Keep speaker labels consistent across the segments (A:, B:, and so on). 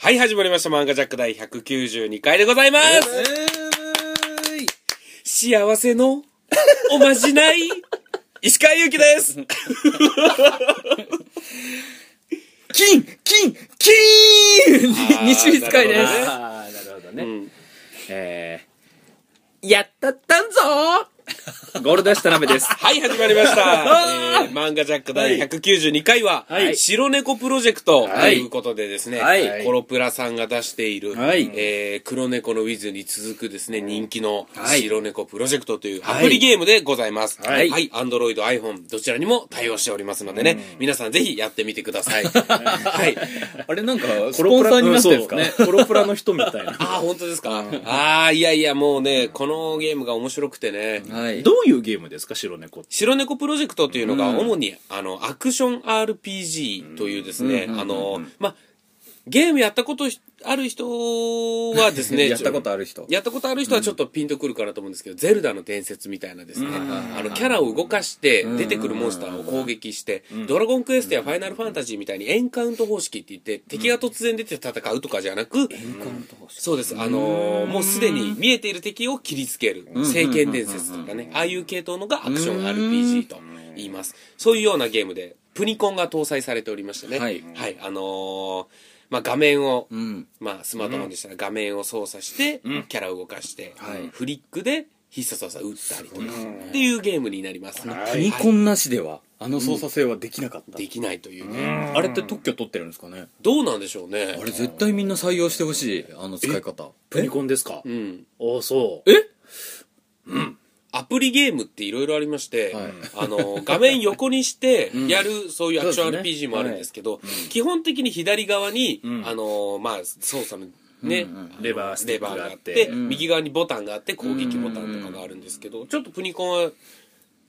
A: はい、始まりました。漫画ジャック第192回でございます。
B: えーい
A: 幸せのおまじない。石川祐希です。
B: 金金金 西光海です
C: ああなるほどね、
A: ん
C: えーやったったんぞーゴールドした鍋です
A: はい、始まりま した。えー漫画ジャック第192回は、
B: はい
A: 白猫プロジェクトと
B: はい
A: いうことでですね、
B: はい
A: コロプラさんが出している、
B: はい
A: えー黒猫のウィズに続くですね、人気の
B: はい
A: 白猫プロジェクトという
B: はい
A: アプリゲームでございます。は、
B: はいい
A: はい、Android、iPhone、どちらにも対応しておりますのでね、皆さんぜひやってみてくだ さい。はい。
B: あれなんかスポンサーになったんですか、
C: うんそうねコロプラの人みたいな
A: ああ、本当ですか、ああ、いやいや、もうね、このゲームが面白くてね、
B: はい
C: どういうゲームですか白猫って
A: 白猫プロジェクトというのが主に、あのアクション RPG というですね、あのまあゲームやったことある人はですね
B: やったことある人
A: やったことある人はちょっとピンとくるかなと思うんですけど、ゼルダの伝説みたいなですね、あの、キャラを動かして、出てくるモンスターを攻撃して、ドラゴンクエストやファイナルファンタジーみたいにエンカウント方式って言って、敵が突然出て戦うとかじゃなく、そうです。あのーもうすでに見えている敵を切りつける。聖剣伝説とかね、ああいう系統のがアクション RPG と言います。そういうようなゲームで、プニコンが搭載されておりましてね、
B: はい
A: あのーまあ、画面を、
B: うん
A: まあ、スマートフォンでしたら画面を操作して、キャラを動かして、
B: はい
A: フリックで必殺技打ったりとか、っていうゲームになります。
B: プニコンなしではあの操作性はできなかった、
A: できないというね。
B: あれって特許取ってるんですかね
A: どうなんでしょうね
B: あ。れ絶対みんな採用してほしいあの使い方
C: プニコンですか
A: うん。
C: おおそう
B: え
A: アプリゲームっていろいろありまして、
B: はい
A: あの、画面横にしてやる、 そういうアクション
C: そうです
A: RPG
C: ね
A: もあるんですけど、基本的に左側に、あの、まあ、操作のね、あの
C: レバーステ
A: レ
C: ィッ
A: バ
C: ク
A: ー
C: が
A: が
C: あ
A: あ
C: っ
A: ってて、右側にボタンがあって、攻撃ボタンとかがあるんですけど、ちょっとプニコンは、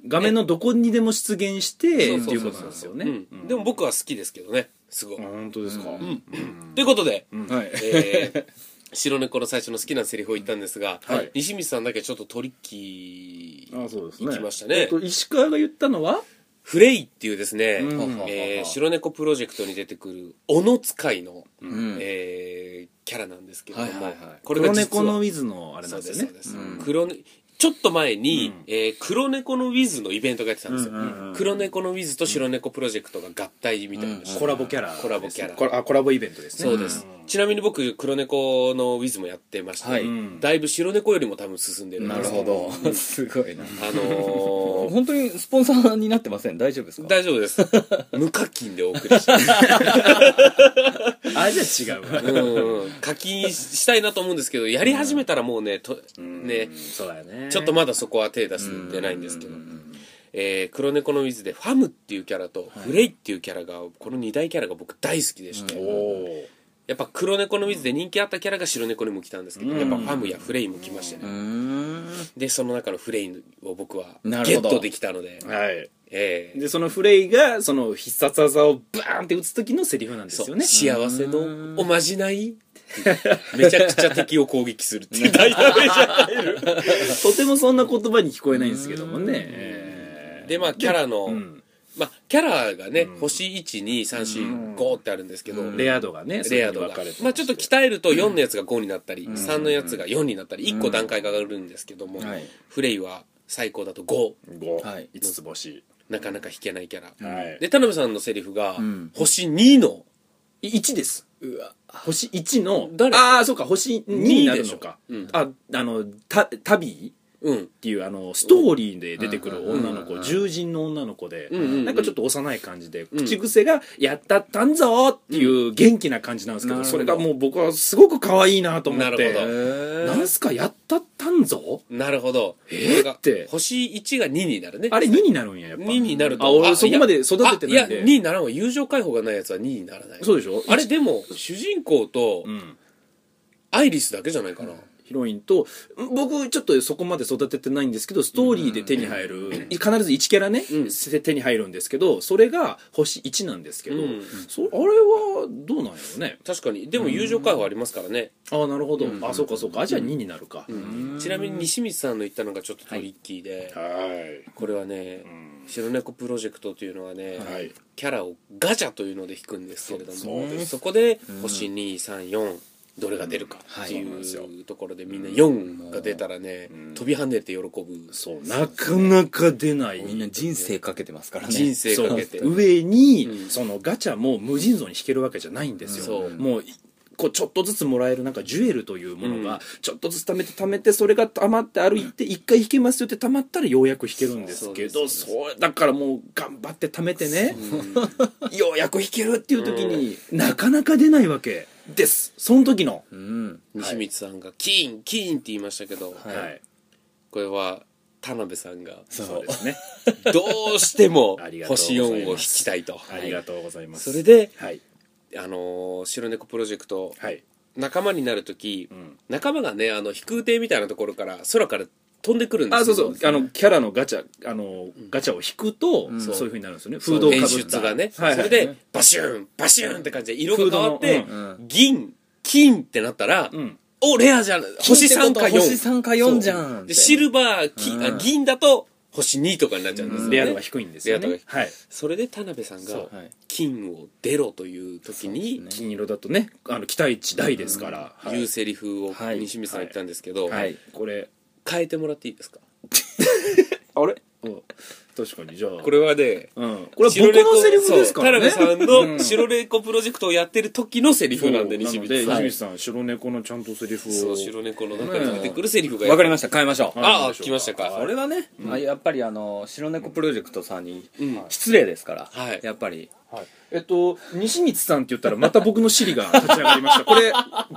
C: 画面のどこにでも出現して
A: そう
C: って
A: そ
C: いう
A: そう
C: うこと
A: そう
C: なんですよね、
A: うんでも僕は好きですけどね、すごい。
C: 本当ですか、
A: ということで、
B: はい
A: え ー白猫の最初の好きなセリフを言ったんですが、
B: はい
A: 西光さんだけちょっとトリッキー。
C: あそうですね
A: 行きましたね
C: えっと石川が言ったのは
A: フレイっていうですね、
B: ん
A: えー白猫プロジェクトに出てくる、斧使いの、
B: ん
A: えーキャラなんですけれども、
B: はいはいはい
A: これ
C: 黒
A: が実
C: 猫
A: は
C: のウィズのあれな
A: そ
C: ん
A: う
C: で
A: ですす
C: よ
A: そう
C: ね
A: です、黒ねちょっと前に、えー黒猫のウィズのイベントがやってたんですよ、
C: うんうんうん
A: 黒猫のウィズと白猫プロジェクトが合体みたいな、
C: コラボキャラ
A: コラボキャラ
C: ですねコラあコラボイベントですね
A: そうです、ちなみに僕黒猫のウィズもやってました、
B: はい
A: だいぶ白猫よりも多分進んでるんですよ
B: どすごいな
A: あのー
B: 本当にスポンサーになってません大丈夫ですか
A: 大丈夫です。無課金でお送りしてます。
C: あじゃあ違 うわ
A: うん課金したいなと思うんですけど、やり始めたらもうね、とね、
C: そうだよね
A: ちょっとまだそこは手出してないんですけど、えー黒猫の水でファムっていうキャラとフレイっていうキャラが、この2大キャラが僕大好きでして、
C: お
A: やっぱ黒猫の水で人気あったキャラが白猫にも来たんですけど、やっぱファムやフレイも来ました
B: う
A: ね。
B: ーん
A: で、その中のフレイを僕はゲ
B: なる
A: ッ
B: ほど
A: トできたので
C: お、はい
A: えー
C: でそのフレイがその必殺技をバーンって打つ時のセリフなんで
A: そ
C: す
A: う
C: よね
A: 幸せのおまじ ないめちゃくちゃ敵を攻撃するっていう大ダメージ与える
C: とてもそんな言葉に聞こえないんですけどもねえ
A: でまあキャラの、
C: ん
A: まあキャラがね、星12345ってあるんですけど、
C: ーレア度がね
A: レア度が
C: そこに分かれて
A: まあちょっと鍛えると4のやつが5になったり、3のやつが4になったり1個段階が上がるんですけども、
B: はい
A: フレイは最高だと5
C: 5
B: はい
C: 5つ星
A: なかなか引けないキャラ、
C: はい
A: で田辺さんのセリフが、
B: ん
A: 星2の
C: 1です
B: うわ
C: 星1の
A: 誰
C: ああそうか星2になるのか、
A: 二でし
C: ああのたタビー
A: うん
C: っていうあのストーリーで出てくる女の
B: うんうんうんう
C: 子
B: ん
C: 獣人の女の子で
A: んうんうん
C: なんかちょっと幼い感じで
A: ん
C: 口癖が「やったったんぞ!」っていう元気な感じなんですけ
B: な
C: ど
B: るほ
C: そ
B: ど
C: れがもう僕はすごく可愛いなと思っ
A: なるほ
C: て
A: ど
B: え
C: なんすかやったったんぞ
A: なるほど
C: えー
A: これが
C: って
A: 星1が2になるね
C: あれ2になるんややっぱ
A: 2になると
C: あ俺そこまで育ててないん
A: あいや2
C: で
A: にならんわ友情解放がないやつは2にならない
C: そうでしょ
A: あれでも主人公と
C: うん
A: アイリスだけじゃないかな、
C: えヒロインと僕ちょっとそこまで育ててないんですけどストーリーで手に入る、必ず1キャラね、せ手に入るんですけどそれが星1なんですけど、
A: うん
C: そあれはどうなんやろうね
A: 確かにでも友情解放ありますからね、
C: ああなるほど、あそうかそうかあじゃあ2になるか、
A: ちなみに西光さんの言ったのがちょっとトリッキーで、
C: はい
A: これはね、白猫プロジェクトというのはね、
C: はい
A: キャラをガチャというので引くんですけれどもそ
B: そうです
A: こで星234どれが出るかって
B: はいそうなんです
A: いうところでみんな4が出たらね、飛び跳ねて喜ぶ
C: そうなかなか出ない
B: みんな人生かけてますからね
A: 人生かけて
C: そう上に、
A: うん
C: そのガチャも無尽蔵に引けるわけじゃないんですよ、
A: うんそう
C: もういこうちょっとずつもらえるなんかジュエルというものがちょっとずつ貯めて貯めてそれが貯まって歩いて一回引けますよって貯まったらようやく引けるんですけど
A: そ
C: そうだからもう頑張って貯めてねようやく引けるっていう時に、なかなか出ないわけですその時の、
B: うん
A: 西光さんが「キーンキーン」って言いましたけ
B: は
A: ど、
B: い
A: これは田辺さんが
B: そう
C: ですね
A: どうしても
C: ありがとうござ
A: 星
C: います
A: 4を引きたいと
C: ありがとうございます
A: それで、
C: はい
A: あのー白猫プロジェクト、
C: はい
A: 仲間になる時、
C: ん
A: 仲間がねあの飛空艇みたいなところから空から飛んでくるんです
C: あ
A: よ
C: そうそうあのキャラのガチャあのガチャを引くと、
B: ん
C: そういうふうになるんですよね
A: そ
C: フ
A: う
C: ードをかぶ
A: 演
C: った
A: 出がね、
C: はいはい、
A: それでバシューンバシューンって感じで色が変わって
C: フー、
B: ドのうん
A: 銀金ってなったら、
C: うん
A: おレアじゃん星3か
B: 星
A: 4
B: 3か4じゃん
A: でシル
B: バ
A: バーき、あ
B: うん
A: 銀だと星2とかになっちゃうんですよ、ね
C: レア度が低いんですよ
A: レア
C: ね
A: 度が低
C: はい、
A: それで田辺さん
C: そ
A: が
C: う
B: はい
A: 金を出ろという時に
B: そうですね
C: 金色だとねあの期待値大ですから、は
A: 言うセリフを
B: はい
A: 西水さん言ったんですけど、
C: いはい、これ
A: 変えてもらっていいですか
C: あれ確かにじゃあ
A: これはね
C: うん、これは僕のセリフですからね
A: そう田辺さんの白猫プロジェクトをやってる時のセリフなんで
C: 西
A: 西
C: 光
A: 水
C: さ
A: さん
C: ん西光さん白猫のちゃんとセリフを
A: そう白猫の中に出てくるセリフが
B: わかりました変えましょう
A: ああ来ましたか
B: これはね、あやっぱりあの白猫プロジェクトさんに
A: ん
B: 失礼ですから、
A: はい
B: やっぱり
C: はい、えっと西光さんって言ったらまた僕の尻が立ち上がりましたこれ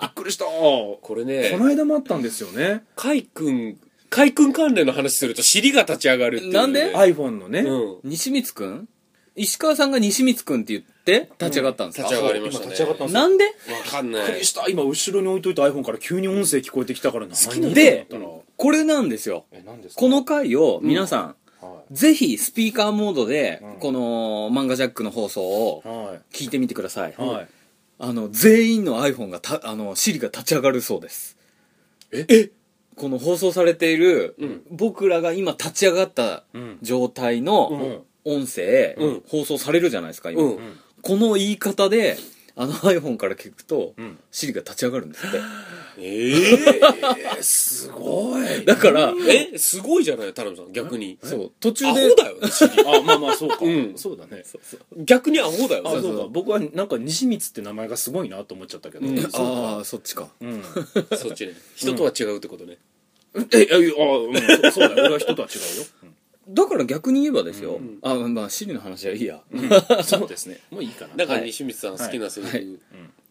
C: びっくりしたこ
A: これ
C: の
A: ね
C: 間もあったんですよね
A: 海君海君関連の話すると尻が立ち上がるっていうね
B: なんで
C: iPhone のね、
A: うん
B: 西光くん石川さんが西光くんって言って立ち上がったんですか、
A: 立ち上がりましたね
C: 今立ち上がったんですよ
B: なんで
A: わかんな
C: びっく
A: い
C: りした今後ろに置いといた iPhone から急に音声聞こえてきたからな好
B: でこれなんですよ
C: え何ですか
B: この回を皆さん、
C: は
B: ぜひスピーカーモードで、この漫画ジャックの放送を
C: は
B: 聞いてみてください、
C: いはい
B: あの全員の iPhone がたあの Siri が立ち上がるそうです
C: え
B: この放送されている、
A: うん
B: 僕らが今立ち上がった
C: ん
B: 状態の音声、
A: うん
B: 放送されるじゃないですか今、
A: うん
B: この言い方であの iPhone から聞くと、
C: ん
B: Siri が立ち上がるんですって
A: え
C: えすご い
B: だから
A: ええすごいじゃない田辺さん逆に
B: そう途
A: ア
B: 中
A: ホ
B: で
A: だよね尻
C: あまあまあそうか、
A: うん
C: そうだね
A: 逆にアホだよ
C: あ
A: ね
C: そうか僕はなんか西光って名前がすごいなと思っちゃったけど、
A: うん
C: そうか
B: ああそっちか
C: うん
A: そっちね人とは違うってことね
C: ええあ、う ん、そうそうだよ俺は人とは違うよ、
B: だから逆に言えばですよ、あまあ Siri の話はいいや、
C: うんそうですねもういいかな
A: だから西光さん好きなセリフ、
B: はい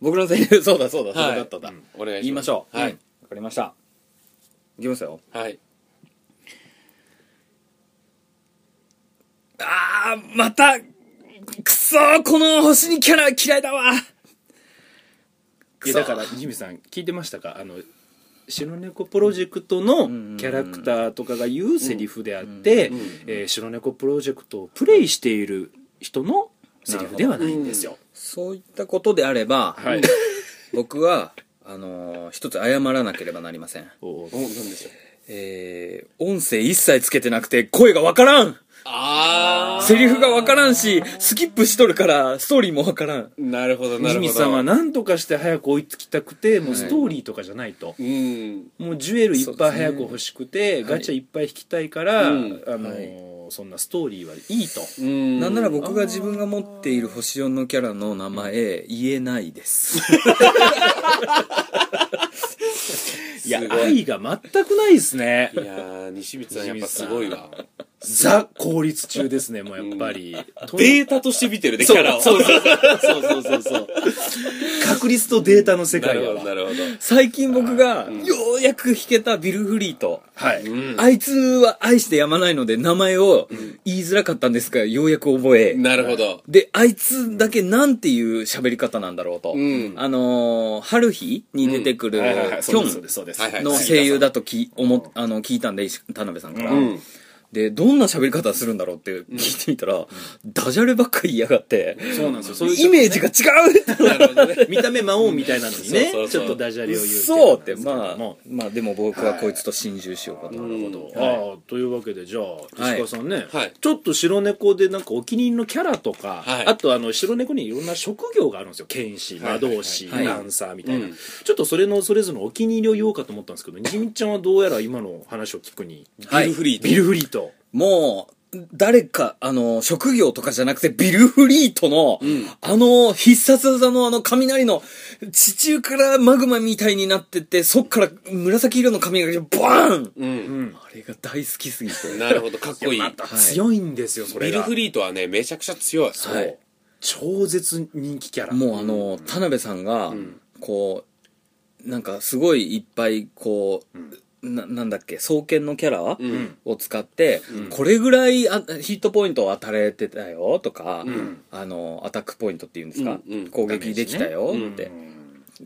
B: 僕のセリフそうだそうだ、そうだったんだ、
A: お願い
B: 言い
A: します
B: ましょう
A: は
B: う
A: い
B: ん、わかりましたいきますよ
A: はい
B: あー、また、くそー、この星にキャラ嫌いだわ。
C: いやだから西光さん聞いてましたかあの白猫プロジェクトのキャラクターとかが言うセリフであって、えー白猫プロジェクトをプレイしている人のセリフではないんですよ、
B: そういったことであれば、
C: はい
B: 僕は、あのー一つ謝らなければなりません。
C: お
A: おなんでしょう
B: えー、音声一切つけてなくて声がわからん
A: ああ
B: セリフがわからんし、スキップしとるから、ストーリーもわからん。
A: なるほどなるほ
C: 西光
A: ど
C: さんは何とかして早く追いつきたくてもうストーリーとかじゃないと、
A: うん
C: もうジュエルいっぱい早
B: そうで
C: く
B: すね
C: 欲しくて、ガチャいっぱい引きたいから、
A: うん
C: あのーそんなストーリーはいいと、
A: うん
B: なんなら僕が自分が持っている星4のキャラの名前、言えないです。
C: いや
A: すごい
C: 愛が全くないですね
A: いやー西光さんやっぱすごいわ
C: ザ効率中ですねもうやっぱり、とに
A: データとして見てるね、キャラを。
C: そうそう
A: そうそうそうそう。
C: 確率とデータの世
A: な
C: 界
A: る
C: や
A: ほ
C: わ
A: ど、なるほど。
B: 最近僕が、ようやく弾けたビル・フリート。
C: はい、
A: うん
B: あいつは愛してやまないので名前を言いづらかったんですが、ようやく覚え。
A: なるほど。
B: で、あいつだけなんていう喋り方なんだろうと。
A: うん
B: あのー春日に出てくる、
C: はいはいはい
B: キ
C: そうで
B: ョ
C: すそうですそうです
A: はいは
B: ン
A: い
B: の声優だとき、思っ、あの、聞いたんで、石田辺さんから。
A: うん。
B: で、どんな喋り方するんだろうって聞いてみたら、ダジャレばっかり言いやがって、
C: そうなんですよそういう
B: イメージが違うって
A: なるほどね。
C: 見た目魔王みたいなのに
A: そう
C: ね
A: そう
C: ち
A: そう
C: ょっとダジャレを言う
B: そうって、
C: いう
B: まあ
C: 感じなんですけども、
B: まあでも僕はこいつと心中しようかと。
A: なるほ
C: ああというわけでじゃあ
B: はい
C: 石川さんね、
A: はい
C: ちょっと白猫でなんかお気に入りのキャラとか、
A: はい
C: あとあの白猫にいろんな職業があるんですよ剣士魔導士、
B: はいはい
C: ダンサーみたい
A: う
C: な、
A: ん
C: ちょっとそれのそれぞれのお気に入りを言おうかと思ったんですけどにじみちゃんはどうやら今の話を聞くに
B: はい
A: ビルフリート。
C: ビルフリート
B: もう、誰か、あの、職業とかじゃなくて、ビルフリートの、
A: ん
B: あの、必殺技のあの、雷の、地中からマグマみたいになってって、そっから紫色の髪がバーン
A: う。
C: うんん
B: あれが大好きすぎて。
A: なるほど、かっこい い。
B: はい
C: 強いんですよそれ
A: ビ
C: が
A: ルフリートはね、めちゃくちゃ強い。
C: そう、
B: はい
C: 超絶人気キャラ
B: もうあの、田辺さんが、こう、なんかすごいいっぱい、こう、な、なんだっけ、双剣のキャラ、
A: うん。
B: を使って、これぐらいあヒットポイントを与えてたよとか、
A: ん
B: あのアタックポイントっていうんですか、
A: うんうん
B: 攻撃できたよっ
C: う
B: て
C: ん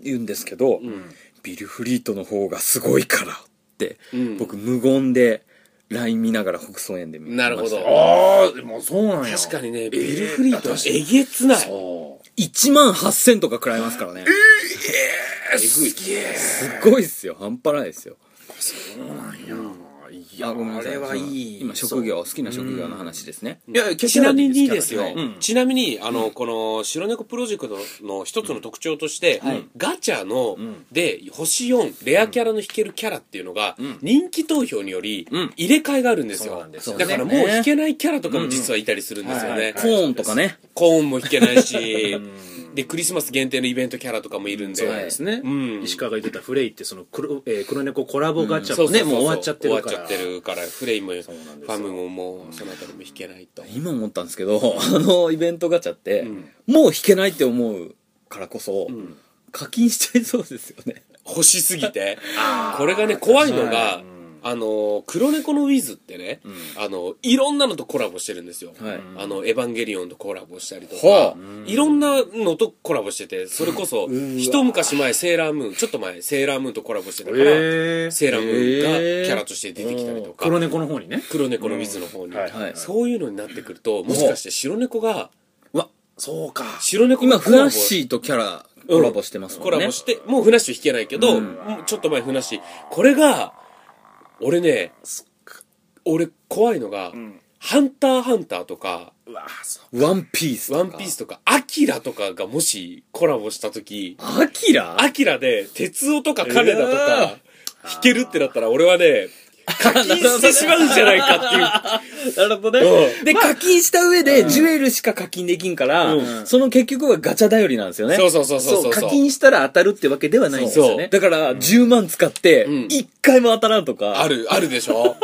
B: 言うんですけど、
A: ん
B: ビル・フリートの方がすごいからって、
A: うん
B: 僕無言で LINE 見ながら北総園で見
A: なるほど
B: ましたよ
C: ああでもそうなんや
A: 確かにね、ビルフリートはえげつない。
C: そう
B: 1万8000とか食らいますからね、
A: えぐい。
B: すごいっすよ半端ないですよ
C: い
B: あごめんなさい
C: あれはいい
B: 今職業好きな職業の話ですね、
C: いや
A: ちなみにですよ、
C: うん
A: ちなみに、あの、この、白猫プロジェクトの一つの特徴として、ガチャの、で、星4、レアキャラの引けるキャラっていうのが、人気投票により
C: ん、
A: 入れ替えがあるんです
C: そう
A: よ。
C: なんですよ
A: だからもう引けないキャラとかも実はいたりするんですよ
C: うんうんは
A: ね
C: いは。い
B: コーンとかね
A: コーンも引けないし、で、クリスマス限定のイベントキャラとかもいるん
C: そう
A: で。
C: ですね、
A: うん
C: 石川が言ってたフレイってその黒,、えー、黒猫コラボガチャ
A: そう
C: も
A: そう
C: ね、
A: そう
C: もう終わっちゃってるから
A: 終わっちゃってるから、フレイも、フ
C: うなんですよ
A: ァムももう、そのあたりも引けないと。
B: 今思ったんですけど、あのイベントガチャって、もう引けないって思うからこそ、課金しちゃいそうですよ ね。
A: 欲しすぎ てこれがね怖いのが、
C: うん
A: あの黒猫のウィズってね、あのいろんなのとコラボしてるんですよ、
B: はい
A: あのエヴァンゲリオンとコラボしたりと
B: はあ
A: か、いろんなのとコラボしててそれこそ一昔前セーラームーンちょっと前セーラームーンとコラボしてたから、
C: へー
A: セーラームーンが
B: へー
A: キャラとして出てきたりとか
C: 黒猫の方にね
A: 黒猫のウィズの方に、
C: うんはい
B: はい
A: そういうのになってくるともしかして白猫が
B: わ、
C: そうか
A: 白猫
B: 今
A: が
B: フラッシーとキャラコラボしてますも
A: コ
B: んね。
A: ラボして、もうふなっしー弾けないけど、もうちょっと前ふなっしー。これが、俺ね、俺怖いのが、ハンターハンターとか、
C: うわそう
B: ワンピースとか。
A: ワンピースとか、アキラとかがもしコラボした時、
B: アキラ
A: アキラで、鉄夫とか金田とか、弾けるってなったら、俺は ね、課金してしまうんじゃないか
B: なるほど
A: ね
B: で、課金した上で、ジュエルしか課金できんから、その結局はガチャ頼りなんですよ
A: ってい
B: ね。
A: う。そうそうそうそうそう。
C: 課金したら当たるってわけではないんですよね
B: だから、10万使って、
A: ん
B: 1回も当たらんとか。
A: ある、あるでしょ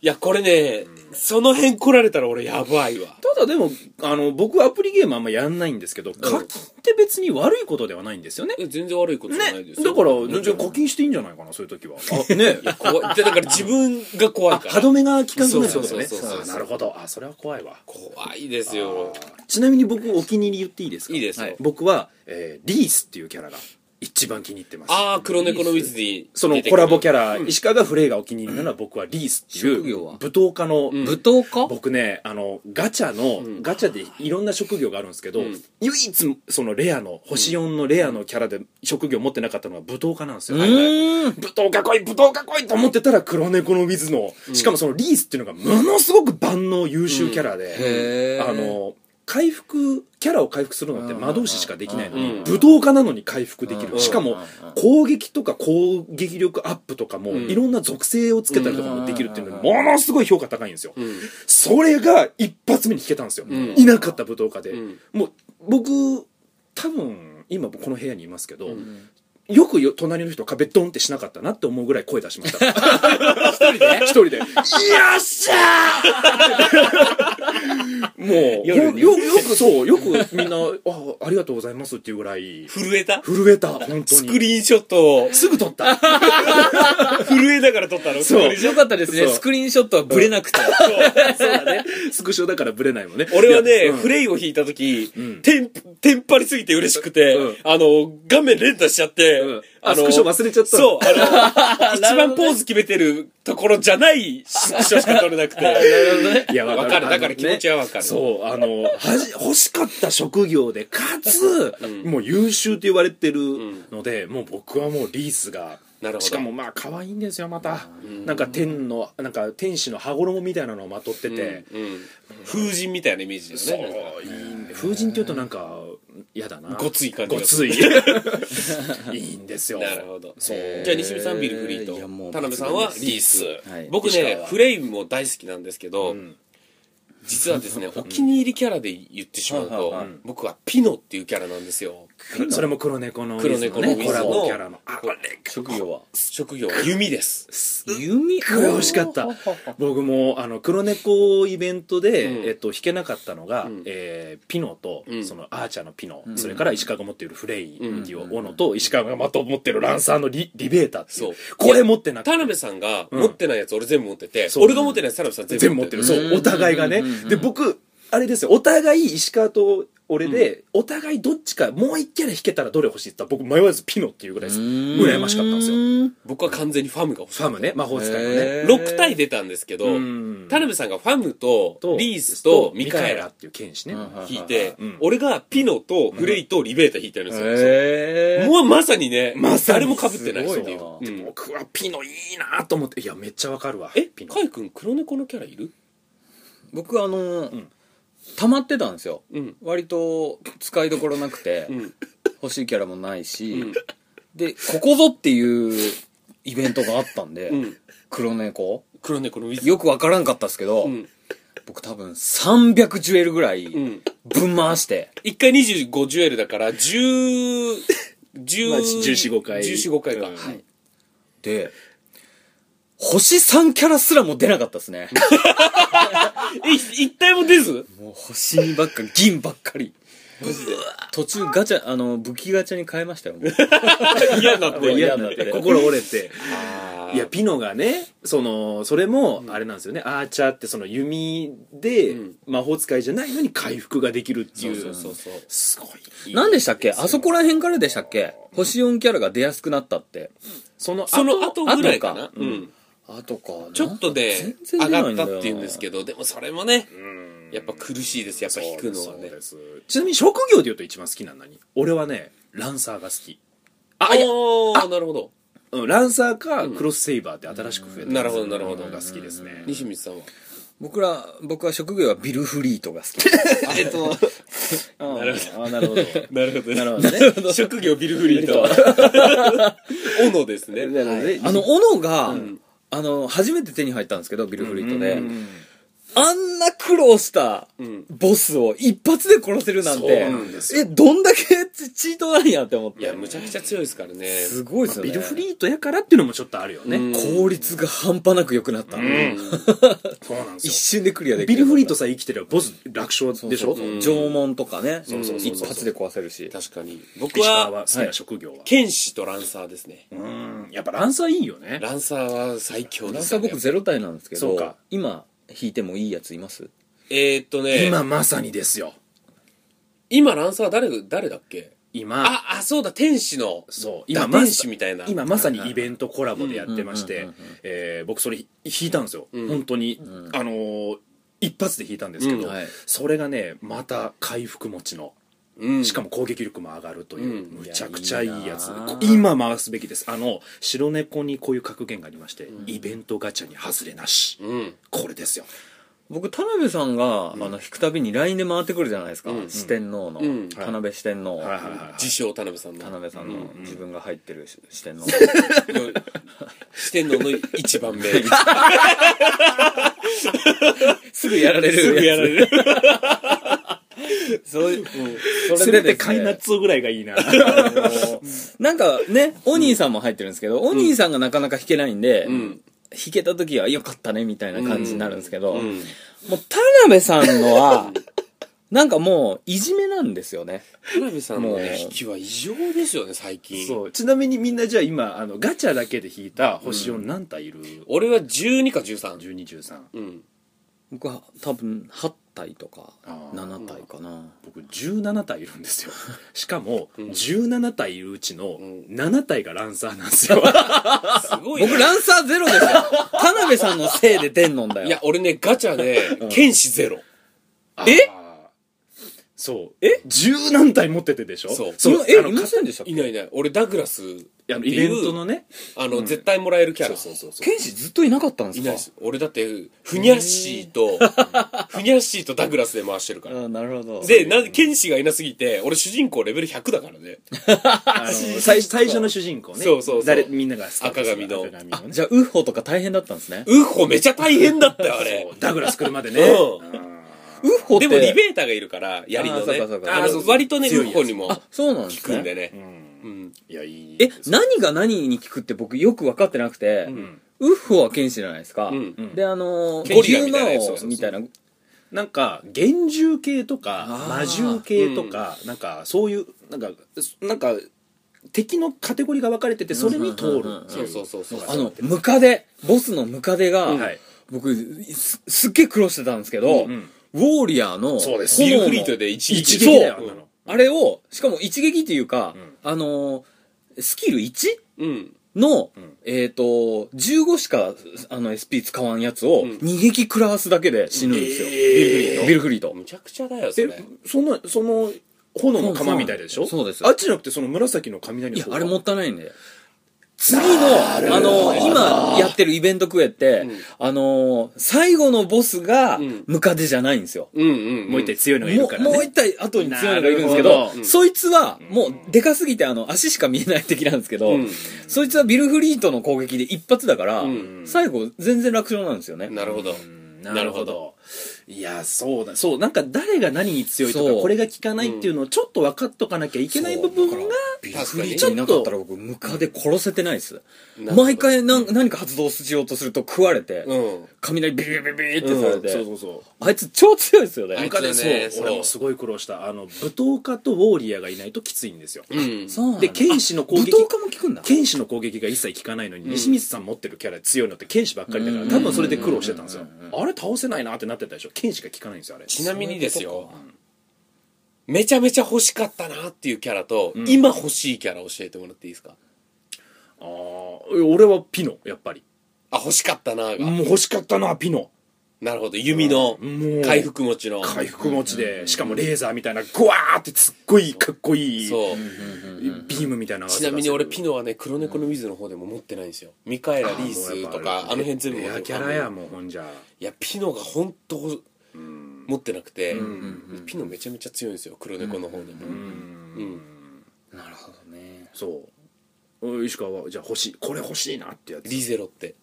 A: いや、これね、その辺来られたら俺やばいわ。
C: ただでもあの僕アプリゲームあんまやんないんですけど課金って別に悪いことではないんですよね
A: え全然悪いことじゃない
C: ね
A: ですよ。
C: だから全然課金していいんじゃないかなそうい う時はあね
A: いや怖いでだから自分が怖い
C: あ
A: から
C: 歯止めが効かなくなるってことね
A: そうそうそうそう
C: あなるほどあそれは怖いわ
A: 怖いですよ
C: ちなみに僕お気に入り言っていいですか
A: いいですよ
C: は僕は、えーリースっていうキャラが一番気に入ってます
A: ああ黒猫のウィズディ
C: そのコラボキ
A: ャ
C: ャラ、石川がフレイがお気に入りなら僕はリースってい
B: 職業
C: う
B: は
C: 舞踏家の、
B: 舞踏家
C: 僕ねあのガチャの、ガチャでいろんな職業があるんですけど、
A: ん
C: 唯一そのレアの星4のレアのキャラで職業持ってなかったのは舞踏家なんですよ、
B: うーん。
C: 舞踏家来い舞踏家来いと思ってたら黒猫のウィズの、しかもそのリースっていうのがものすごく万能優秀キャラで、
B: へー
C: あの回復キャラを回復するのって魔導士しかできないのに、
A: うん
C: 武道家なのに回復できる、
A: うん
C: しかも攻撃とか攻撃力アップとかも、
A: ん
C: いろんな属性をつけたりとかもできるっていうのにものすごい評価高いんですよ、
A: ん
C: それが一発目に引けたんですよ、
A: ん
C: いなかった武道家で、
A: うん
C: もう僕多分今この部屋にいますけど、よくよ隣の人壁ドンってしなかったなって思うぐらい声出しました
A: 一人で
C: 一人で「いらっしゃー! 」もう
B: 夜
C: よ
B: に
C: よよくそうよくみんな「あありがとうございます」っていうぐらい
A: 震えた
C: 震えた本当
A: スク
C: に
A: リーンショットを
C: すぐ撮 った
A: 震えながら撮ったの
C: そ
A: スクリー
C: う
A: ンショッ
B: よかったですね。
C: そう
B: スクリーンショットはブレなくて。
A: トそうだね
C: スクショだからブレないもんね
A: 俺はね、
C: いやうん
A: フレイを引いた時、
C: ん
A: テンテンパりすぎて嬉しくて、
C: うん
A: あの画面連打しちゃって、
C: うんあスクショ忘れちゃったの
A: そうあの一番ポーズ決めてるところじゃないスクショしか撮れなくて
C: いやわ
A: わかるだから気持ちはわかる、
C: そうあのはじ欲しかった職業でかつ、もう優秀と言われてるので、もう僕はもうリースが
A: なるほど
C: しかもまあ可愛いんですよまた、なんか天のなんか天使の羽衣みたいなのをまとってて、
A: うん、風神みたいなイメージだ
C: そう
A: よね
C: いいね風神っていうとなんか嫌だな
A: ごつい感じ
C: ご
A: が
C: つい いいんですよ
A: なるほど
C: そう
A: じゃあ西見さんビルフリー
B: いやも
A: と
B: う
A: 田辺さんはリース、
B: はい
A: 僕
C: 石川
A: ね
C: は
A: フレイも大好きなんですけど、
C: ん
A: 実はですねお気に入りキャラで言ってしま
B: は
A: う
B: い
A: と、
B: はいはい
A: 僕はピノっていうキャラなんですよ
C: それも黒猫の
A: 黒猫の
C: ね
A: ウィズ
C: コラボ
A: の
C: キャラのあれ
B: 職業は。
A: 職業は弓です
B: 弓
C: すっごい惜しかった僕もあの黒猫イベントで、
A: うん
C: えっと、弾けなかったのが、
A: ん
C: えーピノと、
A: うん
C: そのアーチャーのピノ、
B: ん
C: それから石川が持っているフレイって
A: うん
C: いう斧と石川がまた持ってるランサーのリリベーターっていう
A: そう
C: これ持ってなくて
A: 田辺さんが持ってないやつ俺全部持ってて、
C: そう
A: 俺が持ってないやつ田辺さん全
C: 全
A: 部持っ
C: 部持ってて
A: る
C: る
A: そう
C: そうお互いがね
B: うんうんうん
C: で僕あれですよお互い石川と俺で、お互いどっちかもう一キャラ弾けたらどれ欲しいって言ったら僕迷わずピノっていうぐらいです羨ましかったんですよフ
B: よ。
A: 僕は完全にファムが欲しい
C: ァムね魔法使いの
B: へ
C: ね
B: ー
A: 6体出たんですけど、
C: うん
A: 田辺さんがファムと
C: と
A: リースとミカエ
C: ミ
A: ラ
C: っていう剣士ね、
B: うん
A: 引いて、
C: うん
A: 俺がピノとフレイとリベータ引いてるんですよ、
B: へー
A: もうまさにね、
C: まさに
A: 誰も被ってない
B: すごい
A: っていう
B: な
A: うん
C: 僕はピノいいなと思っていやめっちゃわかるわ
A: え
C: ピノ
A: カイ君黒猫のキャラいる
B: 僕あの
C: ん
B: ー、溜まってたんですよ。
A: うん
B: 割と使いどころなくて
A: う、ん
B: 欲しいキャラもないし
A: うん、
B: で、ここぞっていうイベントがあったんで
A: う、ん
B: 黒猫。
A: 黒猫のウィズ
B: よくわからんかったですけど
A: う、ん
B: 僕多分300ジュエルぐらい
A: うん
B: ぶん回して、
A: 1回25ジュエルだから10 10
C: まあ14-15回
A: 14-15回か、
C: うん
A: はい
B: で、星3キャラすらも出なかったですね。
A: え一体も出ず
B: もう星2ばっかり、銀ばっかり。途中ガチャ、あの、武器ガチャに変えましたよ。もう
A: 嫌だっ
B: もう
A: て
B: 嫌だって
C: 心折 れてい
A: い
C: や
A: や
C: ピノがねそのそれもあれなんですよね、アーチャーってその弓で
A: うん
C: 魔法使いじゃないのに回復ができるっていう
A: そうそうそうそう
C: すごい
B: 何でしたっけ あそこら辺からでしたっけ星4キャラが出やすくなったって。
C: その
A: その後ぐらいかな
B: 後か
A: うん
B: あとか。
A: ちょっとで
B: 全然
A: 上
B: 出
A: が
B: ない
A: っ
B: んだ
A: たっ
B: よな
A: て言うんですけどでもそれもね
C: うん
A: やっぱ苦しいですやっぱ引くのはね
C: そうですちなみに職業で言うと一番好きなの何俺はねランサーが好き
A: あいやあなるほど
C: うんランサーかクロスセイバーって新しく増えた
A: なるほどなるほど
C: のが好きですね
A: 西光さんは
B: 僕ら、僕は職業はビルフリートが好 き。
A: えっと
C: なるほどなるほど
A: なるほど
C: なるほどね
A: 職業ビルフリート 斧です ね
C: なるほどね
B: あの、斧が、あの、初めて手に入ったんですけど、ビルフリートで。あんな苦労した
A: ん
B: ボスを一発で殺せるなんて、
C: そうなんです
B: え、どんだけチチートなんやって思っ
A: いや
B: て。
A: むちゃくちゃ強いですからね
B: すごいですよね。
C: ビルフリートやからっていうのもちょっとあるよね、
A: うん
B: 効率が半端なく良くなった。
C: そうなんで
B: 一
C: す
B: 瞬でクリア
C: よ
B: でき
C: ビ
B: るよ
C: ル
B: うになった。
C: フリートさえ生きてればボス楽勝でしょ
B: そうそう
A: うん
B: 縄文とかね。
A: うそうそうそう
B: 一発で壊せるし。
A: 確かに僕
C: 石川は
A: は
C: 好きな職業は、
A: 剣士とランサーですね
C: うんやっぱランサーいいよね
A: ランサーは最強
B: ラ
A: で
B: ン
A: す
B: サ
A: よ
B: ー
A: ね
B: 僕ゼロ体なんですけ
C: そう
B: ど
C: か、
B: 今引いてもいいやついます
A: えーっとね
C: 今まさにですよ
A: 今ランサー誰誰だっけ
C: 今
A: ああそうだ天使の
C: そう
A: 今
C: 今ま
A: 天
C: さ
A: 使みたいな
C: 今まさにイベントコラボでやってまし
B: うん
C: て
B: うんうんうんうん
C: えー僕それひ弾いたんですよ、本当に、あのー一発で弾いたんですけど、
A: うん
B: はい
C: それがねまた回復持ちの
A: うん
C: しかも攻撃力も上がるという、
A: うん
C: むちゃくちゃいいやつ
B: いやいいなあ
C: こ今回すべきですあの白猫にこういう格言がありまして、イベントガチャに外れなし、
A: うん
C: これですよ
B: 僕、田辺さんが、あの、引くたびに LINE で回ってくるじゃないですか。
A: うん
B: 四天王の、
A: うん
B: 田辺四天王。
C: はいはいはい
A: 自称田辺さん
B: 田
A: の
B: 辺さんの自分が入ってるし四天王。
A: 四天王の一番 目
B: すぐやられるやつ。
A: すぐやられる
B: そういう、うん、
C: せ
B: そ
C: め
B: れ
C: て
B: で
C: カイナッツぐらいがいいな
B: なんかね、お兄さんも入ってるんですけど、お兄さんがなかなか弾けないんで、
A: ん
B: 弾けた時はよかったねみたいな感じになるんですけど、
A: うん
B: もう田辺さんのは、なんかもう、いじめなんですよね。
A: 田辺さんの
B: も
A: ね
B: う
A: 引きは異常ですよね最近
C: そうちなみにみんなじゃあ今あのガチャだけで引いた星4何体いる、
A: 俺は12か13
C: 1213
A: うん
B: 僕は多分、8体とか、
C: あー
B: 7体かな。
C: 僕17体いるん ですよしかも
A: ん
C: 17体いるうちの
A: ん
C: 7体がランサーなん ですよ
A: すごいね
B: 僕、ランサーゼロですよ。田辺さんのせいで天んだよ。
A: いや、俺ねガチャで剣士ゼロ
B: え
C: あーそう
B: え
C: 十何体持っててでしょ
A: そう
B: 今、え、
C: あの
B: いませんでしたっけ
A: いないいない俺ダグラスって
C: あのイ
A: い
C: ベント
A: う
C: のね
A: あの絶対もらえるキャラ
C: そうそうそう
B: 剣士ずっといなかったんです
A: い
B: か
A: ないです俺だってフニャッシーとフニャッシーとダグラスで回してるから
B: あなるほど。
A: で、な、剣士がいなすぎて、俺主人公レベル100だからね。
C: あの最最初の主人公ね
A: そうそうそう
C: 誰みんなが好き
A: 赤髪の
B: あ、
C: ね
B: じゃあ、ウッホとか大変だったんですね。
A: ウッホめちゃ大変だったよ、あれ
C: そう。ダグラス来るまでね
A: うん
C: うん
B: ウッホって。
A: でもリベーターがいるから、槍のね。
B: あーそうかそうか
A: あーそう割とね、ウ
C: 強いや
A: ッ
C: つ
A: ホにも
B: あ、そうなんですね。
A: 効くんでね
C: う。
A: うんん。
C: いやいい
B: え、何が何に効くって僕よく分かってなくて、
A: ん
B: ウッフは剣士じゃないですか。
A: うん
C: うん
B: で、あのー、
A: ゴリラみたいなやつ
B: 竜
A: そうそう
B: の
A: そう
B: みたいな。う
C: なんか幻獣系とか
B: あー
C: 魔獣系とか、なんかそういうなんかなんか敵のカテゴリーが分かれててそれに通
B: うんう
C: る
B: んうんうん
C: ってい
A: そうそうそうそう
B: あの、ムカデ、ボスのムカデが、
C: はい
B: 僕す、すっげえ苦労してたんですけど、
C: うんうん
B: ウォーリアーの、
C: そうです
A: ビ
B: 炎
A: ル
B: の
A: フリートで一撃。
C: 一撃だよ
A: そう
C: あんなの
B: あれを、しかも一撃っていうか、
C: ん
B: あのー、スキル 1?
A: うん。
B: の、
C: ん
B: えっ、と、15しか、あの、SP 使わんやつを、
A: うん
B: 逃げき食らわすだけで死ぬんですよ。
C: えー
B: ビルフリート。
A: むちゃくちゃだよ、それ。
C: でそのその炎の釜みたいでしょ
B: そうです
C: あっちじゃなくてその紫の雷
B: い
C: の
B: や
C: 方、
B: あれもったいないんで。次の、あの、今やってるイベントクエって、
A: うん
B: あの、最後のボスが
A: うん
B: ムカデじゃないんですよ。
A: うんうん。
C: もう一体強いの
B: も
C: がいるからね
B: うもう一体後に強いのがいるんですけど
C: なるほど
A: うん
B: そいつはもうでかすぎてあの足しか見えない敵なんですけど、
A: うん
B: そいつはビルフリートの攻撃で一発だから、
A: うん
B: 最後全然楽勝なんですよね。
A: なるほど。
C: うん
A: なるほど
C: いやそうだそうなんか誰が何に強いと
B: そ
C: か
B: う
C: これが効かないっていうのをちょっと分かっとかなきゃいけない部分が
B: ビル
A: 確
B: フ
A: か
B: リ
A: に
B: ートいなかったら僕ムカデ殺せてないです。
A: なるほど
B: 毎回何何か発動しようとすると食われて、
A: うん。
B: 雷ビリビリビリってされて、
C: そうそうそう
B: あいつ超強いですよね。
A: あいつ
C: 他で
A: だね
C: そう
A: そう
C: 俺もすごい苦労したあの武闘家とウォーリアーがいないときついんですよ、
A: うん。
B: そうなんだ
C: で剣士の攻撃
B: 武闘家も効くんだ
C: 剣士の攻撃が一切効かないのに、西光さん持ってるキャラ強いのって剣士ばっかりだから多分それで苦労してたんですよあれ倒せないなってなってたでしょ剣士が効かないんですよあれ
A: ちなみにですよ。めちゃめちゃ欲しかったなっていうキャラと、今欲しいキャラ教えてもらっていいですか
C: あー俺はピノやっぱり
A: あ、欲しかったなが。
C: もう欲しかったなピノ
A: なるほど。弓の
C: もう
A: 回復持ちの。
C: 回復持ちでしかもレーザーみたいなグワーってすっごいかっこいい
A: そう。
C: ビームみたいな
A: ちなみに俺ピ
C: ノ
A: ノはね黒猫の水の方でも持ってないんですよミカエラリースとかあの辺全部持
C: エ
A: って
C: ア
A: る
C: キャラやもうほんじゃ
A: いやピノが本当持ってなくてピノめちゃめちゃ強いんですよ黒猫の方でもうん
B: なるほどね。
C: そうお石川はじゃあ欲しいこれ欲しいなってやつ
A: リゼロって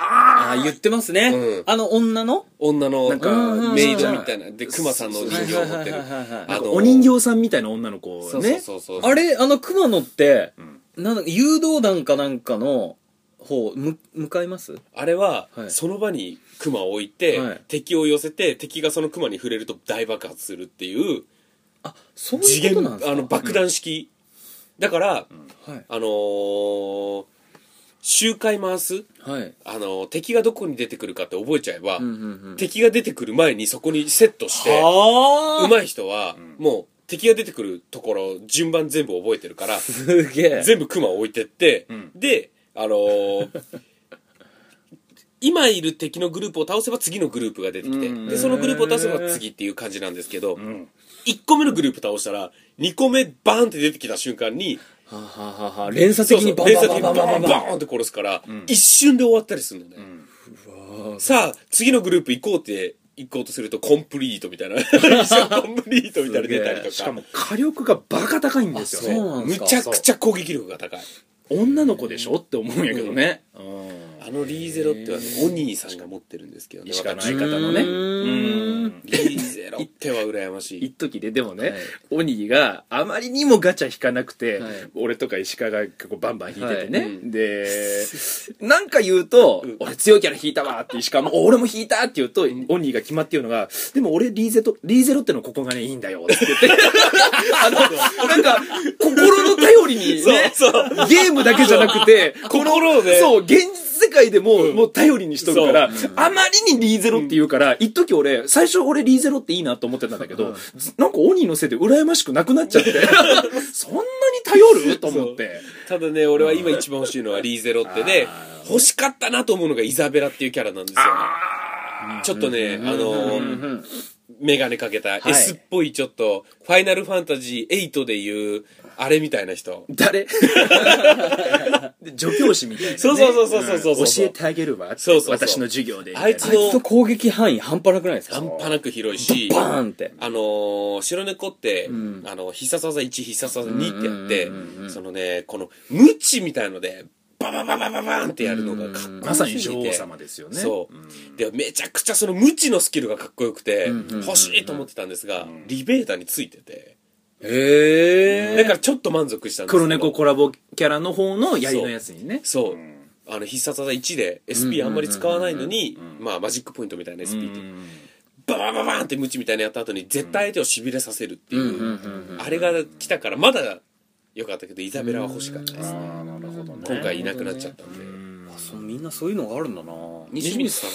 B: ああ、言ってますね。
A: うん
B: あの女の
A: 女の
C: なんか
A: メイドみたいなでクマさんのお人形を持って
B: は
A: る
B: いはいはいはいはい
A: あの
C: お人形さんみたいな女の子
A: そうそう
C: ね
A: そうそう
B: あれ、あの、熊野って、なんだ誘導弾かなんかの方、む、向かいます
A: あれは
B: はい
A: その場にクマを置いて
B: はい
A: 敵を寄せて敵がそのクマに触れると大爆発するっていう
B: あ、そう
A: 次
B: いうこ
A: 元
B: となんですか
A: あの爆弾式だから
B: はい。
A: あのー周回回す、
B: はい。
A: あのー敵がどこに出てくるかって覚えちゃえば、
B: うんうんうん。
A: 敵が出てくる前にそこにセットして、
B: は
A: 上手い人は、もう敵が出てくるところ順番全部覚えてるから、
B: すげえ。
A: 全部クマを置いてって、
C: ん
A: で、あのー 今いる敵のグループを倒せば次のグループが出てきて、
C: うん
A: で、そのグループを倒せば次っていう感じなんですけど、
C: ん
A: 1個目のグループ倒したら、2個目バーンって出てきた瞬間に、
B: はははは連鎖
A: そ
B: 的
A: うそ
B: に
A: う
B: バン
A: 連
B: バン
A: 鎖的
B: バ
A: に
B: ンバンバン
A: バー
B: バ
A: ン
B: ン
A: バーンって殺すから、一瞬で終わったりするのね、さあ次のグループ行こうって行こうとするとコンプリートみたいな 一緒コンプリートみたいなの出たりとか
C: しかも火力がバカ高いんですよ
B: そう
C: ね
B: なんで
A: む
B: すか
A: ちゃくちゃ攻撃力が高い
C: 女の子でしょって思うんやけどねうん
A: ああのリーゼロってはねお兄さんが持ってるんですけどね
C: 石川の
A: 私
C: 相方のね
B: うーん
C: うん
A: リーゼロっては羨ましい
C: 一時ででもね、
B: はい
C: おにぎがあまりにもガチャ引かなくて、
B: はい
C: 俺とか石川が結構バンバン引いててね、
A: はいうん
C: でなんか言うと、
A: うん
C: 俺強いキャラ引いたわ」って石川も「お俺も引いた」って言うと、おにぎが決まって言うのが「でも俺リーゼとリーゼロってのここがねいいんだよ」って言ってあのなんか心の頼りに、ね、ゲームだけじゃなくてこの
A: 心をね
C: そう現実世界でも、もう頼りにしとるから、あまりにリーゼロって言うから、一時俺、最初俺リーゼロっていいなと思ってたんだけど、ずなんかオニーのせいで羨ましくなくなっち ゃって、そんなに頼ると思って。
A: ただね俺は今一番欲しいのはリーゼロってで欲しかったなと思うのがイザベラっていうキャラなんですよちょっとねあの眼鏡かけた S っぽいちょっとファイナルファンタジー8でいうあれみたいな人
C: 誰で助教師みたいなね、
A: そうそうそうそうそうそうそうん
C: 教えてあげるわ。
A: そうそうそう
C: 私の授業で。
A: あいつ
B: あいつの
A: の
B: 攻撃範囲半端なくないですか
A: 半端なく広いし
B: バーンって。
A: あのー白猫って、あの必殺技1必殺技2ってやってそのねこの無知みたいのでババババババーンってやるのがかっこよすぎて
C: まさに女王様ですよね。
A: そう、でめちゃくちゃその無知のスキルがかっこよくて欲しいと思ってたんですが、リベーターについてて
B: え
A: だからちょっと満足したんですけど
C: 黒猫コラボキャラの方の槍のやつにね。
A: そう、あの必殺技1で SP あんまり使わないのに、まあ、マジックポイントみたいな SP って、
C: うん
A: ババババーンって無知みたいなやった後に絶対相手をしびれさせるっていう,、
B: うんうん
A: あれが来たからまだ良かったけどイザベラは欲しかったです、
C: あーなるほどね
A: 今回いなくなっちゃったんで、
B: あそうみんなそういうのがあるんだな
A: 西光さん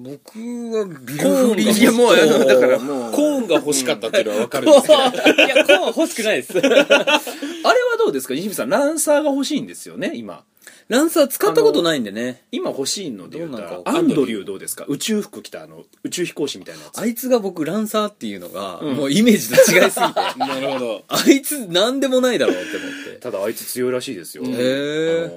B: 僕はビ
A: コーンが欲し
C: いやもうあ のだから
A: コ
C: もう
A: ーンが欲しかったっていうのは分かるんですけど
B: いや、コーン欲しくないです。
C: あれはどうですか西見さんランサーが欲しいんですよね今
B: ランサー使ったことないんでね。
C: 今欲しいので言うた
B: ど
C: ら
B: うなんか
C: アンドリューどうですか宇宙服着たあの宇宙飛行士みたいなやつ
B: あいつが僕、ランサーっていうのが、もうイメージと違いすぎ て、あ
A: なるほど
B: いつなんでもないだろうって思って。
C: ただあいつ強いらしいですよ、
B: へ
C: あの